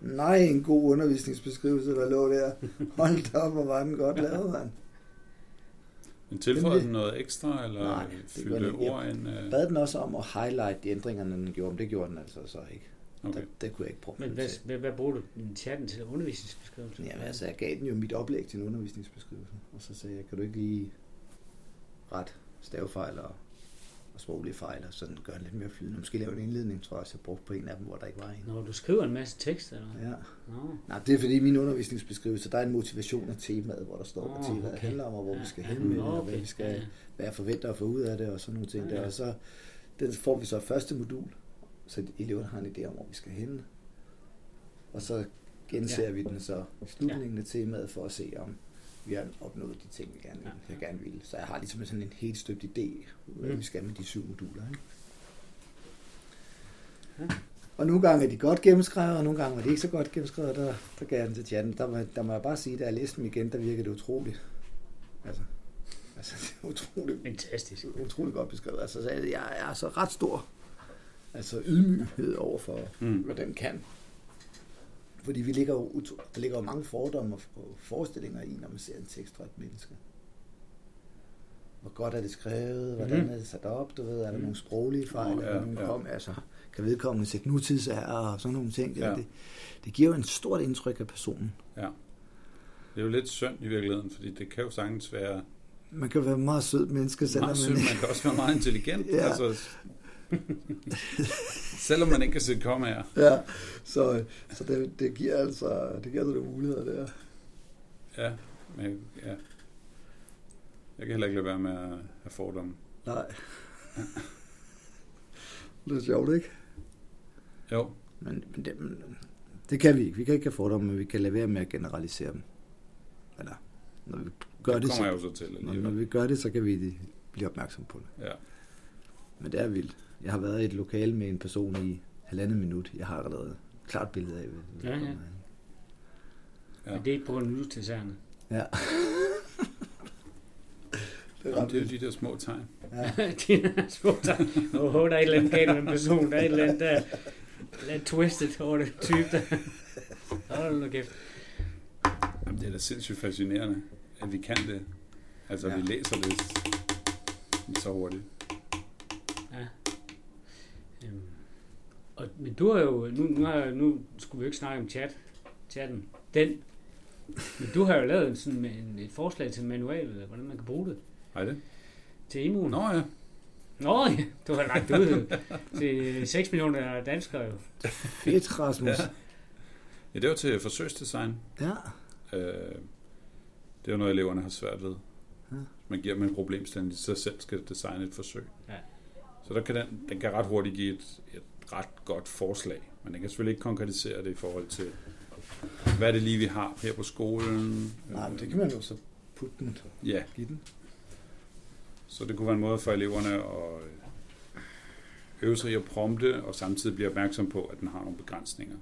Speaker 4: Nej, en god undervisningsbeskrivelse, der lå der. Hold da op, hvor var den godt lavet, mand.
Speaker 1: Men tilføjede
Speaker 4: Den
Speaker 1: den noget ekstra, eller
Speaker 4: Nej,
Speaker 1: Nej,
Speaker 4: det gør
Speaker 1: fyldte
Speaker 4: den ikke.
Speaker 1: ord ind? øh,
Speaker 4: Bad den også om at highlight de ændringer, den gjorde, men det gjorde den altså så ikke. Okay.
Speaker 1: Okay.
Speaker 4: Det, det kunne jeg ikke prøve.
Speaker 3: Men hvad, hvad, hvad bruger du den chatten til undervisningsbeskrivelse?
Speaker 4: Jamen altså, jeg gav den jo mit oplæg til en undervisningsbeskrivelse, og så sagde jeg, kan du ikke lige ret stavefejl og, og sproglige fejl, og sådan gøre den lidt mere flydende. Måske lave en indledning, tror jeg også, jeg brugte på en af dem, hvor der ikke var en.
Speaker 3: Når du skriver en masse tekst, eller hvad?
Speaker 4: Ja.
Speaker 3: Nå.
Speaker 4: Nej, det er fordi min undervisningsbeskrivelse, der er en motivation af temaet, hvor der står, hvad
Speaker 3: Åh,
Speaker 4: temaet
Speaker 3: okay.
Speaker 4: handler om, og hvor vi skal
Speaker 3: Ja,
Speaker 4: hen med det,
Speaker 3: nå,
Speaker 4: og hvad,
Speaker 3: okay.
Speaker 4: vi skal,
Speaker 3: Ja.
Speaker 4: hvad jeg forventer at få ud af det, og sådan nogle ting
Speaker 3: Ja.
Speaker 4: der. Og så den får vi så i første modul, så eleverne har en idé om, hvor vi skal hen. Og så genser vi den så i slutningen af temaet, for at se, om vi har opnået de ting, vi gerne,
Speaker 3: Ja.
Speaker 4: jeg gerne ville. Så jeg har ligesom sådan en helt støbt idé, hvad
Speaker 3: Mm.
Speaker 4: vi skal med de syv moduler. Ikke?
Speaker 3: Ja.
Speaker 4: Og nogle gange er de godt gennemskrevet, og nogle gange var de ikke så godt gennemskrevet, der, der gav jeg den til chatten. Der, må- der må jeg bare sige, da jeg læste dem igen, der virkede det utroligt. Altså, altså [LAUGHS] det er utroligt,
Speaker 3: Fantastisk.
Speaker 4: utroligt godt beskrevet. Altså, så jeg, jeg er altså ret stor altså ydmyghed over for,
Speaker 1: Mm.
Speaker 4: hvad den kan. Fordi vi ligger jo, utro- der ligger jo mange fordomme og og forestillinger i, når man ser en tekst fra et menneske. Hvor godt er det skrevet? Hvordan
Speaker 3: Mhm.
Speaker 4: er det sat op? Du ved, er der
Speaker 1: Mhm.
Speaker 4: nogle sproglige fejl?
Speaker 1: Åh,
Speaker 4: Oh,
Speaker 1: ja,
Speaker 4: ja, er der nogle
Speaker 1: ja.
Speaker 4: ja. kom, altså, kan vedkommende sætte nutidsære og sådan nogle ting?
Speaker 1: Ja.
Speaker 4: Ja. Det, det giver jo en stort indtryk af personen.
Speaker 1: Det er jo lidt synd i virkeligheden, fordi det kan jo sagtens være
Speaker 4: Man kan være meget sød menneske, selvom
Speaker 1: meget synd.
Speaker 4: man...
Speaker 1: Man kan også være meget intelligent.
Speaker 4: Ja.
Speaker 1: altså, selvom man ikke kan se komme her.
Speaker 4: [LAUGHS] Ja, så, så det, det, giver altså, det giver altså nogle muligheder der.
Speaker 1: Ja, men jeg- ja. Jeg kan heller ikke lade være med at have fordomme.
Speaker 4: Nej. [LAUGHS] Det er sjovt, ikke?
Speaker 1: Jo,
Speaker 4: Men, men, det, men det kan vi ikke. Vi kan ikke have fordomme, men vi kan lade være med at generalisere dem. Eller, når vi gør
Speaker 1: det
Speaker 4: det,
Speaker 1: kommer jeg
Speaker 4: så,
Speaker 1: jo så til
Speaker 4: når, når
Speaker 1: alligevel.
Speaker 4: vi gør det, så kan vi blive opmærksom på det.
Speaker 1: Ja.
Speaker 4: Men det er vildt. Jeg har været i et lokale med en person i halvandet minut. Jeg har allerede et klart billede af, hvad hvad
Speaker 3: Ja, ja.
Speaker 4: kommer af.
Speaker 1: Ja.
Speaker 3: Ja. Men det er ikke på grund af nutidserne.
Speaker 1: Jamen, det er jo de der små tegn.
Speaker 3: [LAUGHS] de har spurgt dig, åh, der er et eller andet galt med den person, der er et eller andet, der er et eller andet twisted over den type, der... Hold nu kæft.
Speaker 1: Jamen, det er da sindssygt fascinerende, at vi kan det. Altså, ja.
Speaker 4: Ja.
Speaker 1: vi læser det så hurtigt.
Speaker 3: Øhm, Og, men du har jo, nu, nu, har, jeg- nu skulle vi jo ikke snakke om chat, chatten, den, men du har jo lavet en, sådan en, et forslag til en manual, eller hvordan man kan bruge det
Speaker 1: Hej det.
Speaker 3: til
Speaker 4: Uh.
Speaker 3: immun.
Speaker 1: Nå ja,
Speaker 3: Nå, ja, du har lagt det ud til 6 millioner danskere jo.
Speaker 4: Fedt, Rasmus.
Speaker 1: Ja. ja det var til forsøgsdesign.
Speaker 4: ja.
Speaker 1: Øh, det er jo noget, eleverne har svært ved.
Speaker 4: Ja.
Speaker 1: Man giver dem en problemstilling, de så selv skal designe et forsøg.
Speaker 3: Ja.
Speaker 1: Så der kan den, den kan ret hurtigt give et, et ret godt forslag, men den kan selvfølgelig ikke konkretisere det i forhold til, hvad er det lige, vi har her på skolen.
Speaker 4: Nej, men
Speaker 1: Øh,
Speaker 4: det kan man jo så putte den,
Speaker 1: Ja,
Speaker 4: give den.
Speaker 1: så det kunne være en måde for eleverne at øh, øve sig i at prompte, og samtidig blive opmærksom på, at den har nogle begrænsninger.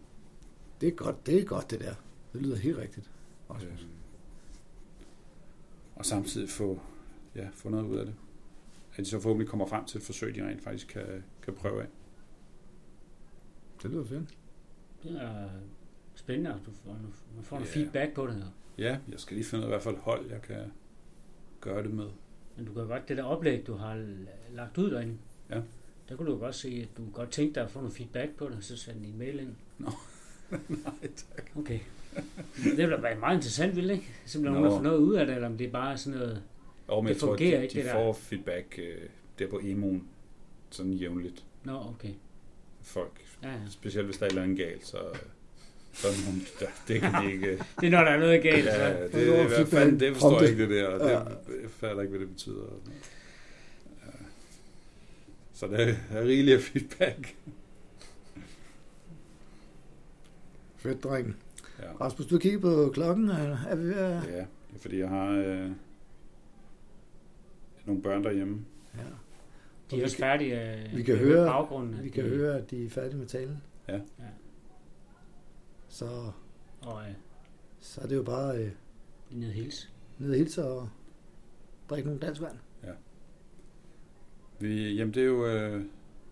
Speaker 4: Det er godt, det er godt det der. Det lyder helt rigtigt.
Speaker 1: Øh, og samtidig få, ja, få noget ud af det. At de så forhåbentlig kommer frem til et forsøg, de rent faktisk kan, kan prøve af.
Speaker 4: Det lyder fedt.
Speaker 3: Det er øh, spændende, at du får, man får noget
Speaker 1: Ja.
Speaker 3: feedback på det her.
Speaker 1: Ja, jeg skal lige finde ud af, hvad for et hold, jeg kan gøre det med.
Speaker 3: Men du kan jo godt, det der oplæg, du har l- lagt ud derinde,
Speaker 1: Ja.
Speaker 3: der kunne du jo godt se, at du godt tænkte dig at få noget feedback på det, og så sende en mail ind.
Speaker 1: Nå.
Speaker 3: [LAUGHS] nej tak. Okay. Det ville være meget interessant, ville det ikke? Simpelthen, om
Speaker 1: Nå.
Speaker 3: man får noget ud af det, eller om det er bare sådan noget...
Speaker 1: Og men
Speaker 3: Det
Speaker 1: jeg tror,
Speaker 3: fungerer
Speaker 1: de,
Speaker 3: ikke,
Speaker 1: de
Speaker 3: det der.
Speaker 1: får feedback øh, der på emoen, sådan jævnligt.
Speaker 3: Nå, okay.
Speaker 1: Folk,
Speaker 3: Ja, ja.
Speaker 1: specielt hvis der er et eller andet galt, så, så er der nogen, der, det kan de ikke.
Speaker 3: Det er, når der er noget galt, så...
Speaker 1: Ja, det,
Speaker 4: det er
Speaker 1: det, hvad
Speaker 4: feedback,
Speaker 1: fanden, det forstår jeg
Speaker 4: prompte.
Speaker 1: ikke, det der. og Det jeg fatter ikke, hvad det betyder. og sådan noget. Ja. Så der er rigeligt af feedback.
Speaker 4: Fedt, dreng.
Speaker 1: Ja.
Speaker 4: Rasmus, du kigger på klokken. Er er vi ved at...
Speaker 1: Ja, det er fordi jeg har øh, nogle børn derhjemme.
Speaker 4: Ja.
Speaker 3: De er også færdige. øh,
Speaker 4: vi kan
Speaker 3: jeg hører i
Speaker 4: høre-
Speaker 3: baggrunden. at
Speaker 4: Vi kan
Speaker 3: de-
Speaker 4: høre, at de er færdige med talen.
Speaker 1: Ja.
Speaker 3: Ja.
Speaker 4: Så,
Speaker 3: Og øh,
Speaker 4: så er det jo bare øh,
Speaker 3: lige ned og hilse.
Speaker 4: ned og hilse og drikke nogle dansk vand.
Speaker 1: Vi, jamen det er jo øh,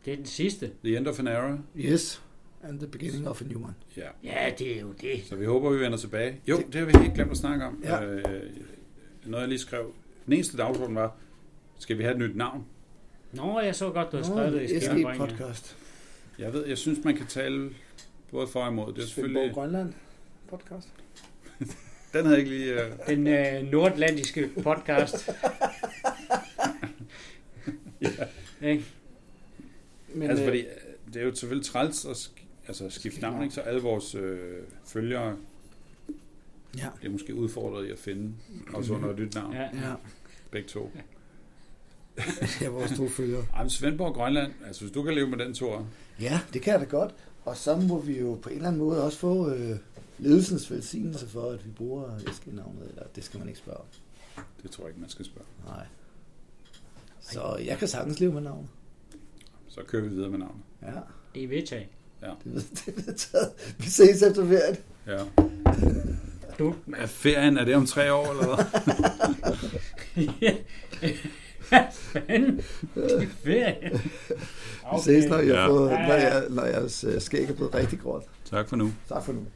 Speaker 3: Det er den sidste.
Speaker 1: The End of an Era.
Speaker 7: Yes, and the beginning of a new one.
Speaker 1: Ja.
Speaker 3: Ja, det er jo det.
Speaker 1: Så vi håber, vi vender tilbage. Jo, det har vi helt glemt at snakke om.
Speaker 7: Ja.
Speaker 1: Øh, noget, jeg lige skrev. Den eneste dagsorden var, skal vi have et nyt navn?
Speaker 3: Nå, jeg så godt, du har skrevet det i
Speaker 7: SG
Speaker 3: Skanderborg. ja.
Speaker 7: podcast.
Speaker 1: Jeg ved, jeg synes, man kan tale både for og imod. Det er
Speaker 4: Svendborg
Speaker 1: selvfølgelig...
Speaker 4: Grønland podcast.
Speaker 1: Den havde jeg ikke lige... Øh,
Speaker 3: Den øh, nordatlantiske
Speaker 4: [LAUGHS]
Speaker 3: podcast. ja. Ikke?
Speaker 4: Men,
Speaker 1: altså,
Speaker 4: øh,
Speaker 1: fordi øh, det er jo selvfølgelig træls at sk- altså, skifte navn, ikke? Så alle vores øh, følgere
Speaker 7: Ja.
Speaker 1: bliver måske udfordret i at finde også under et nyt navn.
Speaker 3: Ja.
Speaker 7: Ja,
Speaker 1: Begge to.
Speaker 7: ja vores to følgere.
Speaker 1: Ej, men Svendborg Grønland, altså hvis du kan leve med den tur,
Speaker 7: Ja,
Speaker 4: Det kan jeg da godt. Og så må vi jo på en eller anden måde også få øh, ledelsens velsignelse for, at vi bruger SG-navnet. Eller det skal man ikke spørge om.
Speaker 1: det tror jeg ikke, man skal spørge.
Speaker 4: Nej. Så jeg kan sagtens leve med navnet.
Speaker 1: Så kører vi videre med navnet.
Speaker 4: Ja,
Speaker 3: Det er vedtaget.
Speaker 4: det ved [LAUGHS] det er vedtaget. Vi ses efter ferien.
Speaker 1: Ja.
Speaker 3: Du? [LAUGHS]
Speaker 1: Er ferien, er det om tre år, eller hvad?
Speaker 3: Hvad fanden? Det er ferie.
Speaker 4: Vi ses, når jeg,
Speaker 1: Ja.
Speaker 4: får,
Speaker 3: Ja, ja,
Speaker 4: når
Speaker 3: ja.
Speaker 4: jeg, når jeg skæg er blevet rigtig gråt.
Speaker 1: tak for nu.
Speaker 4: Tak for nu.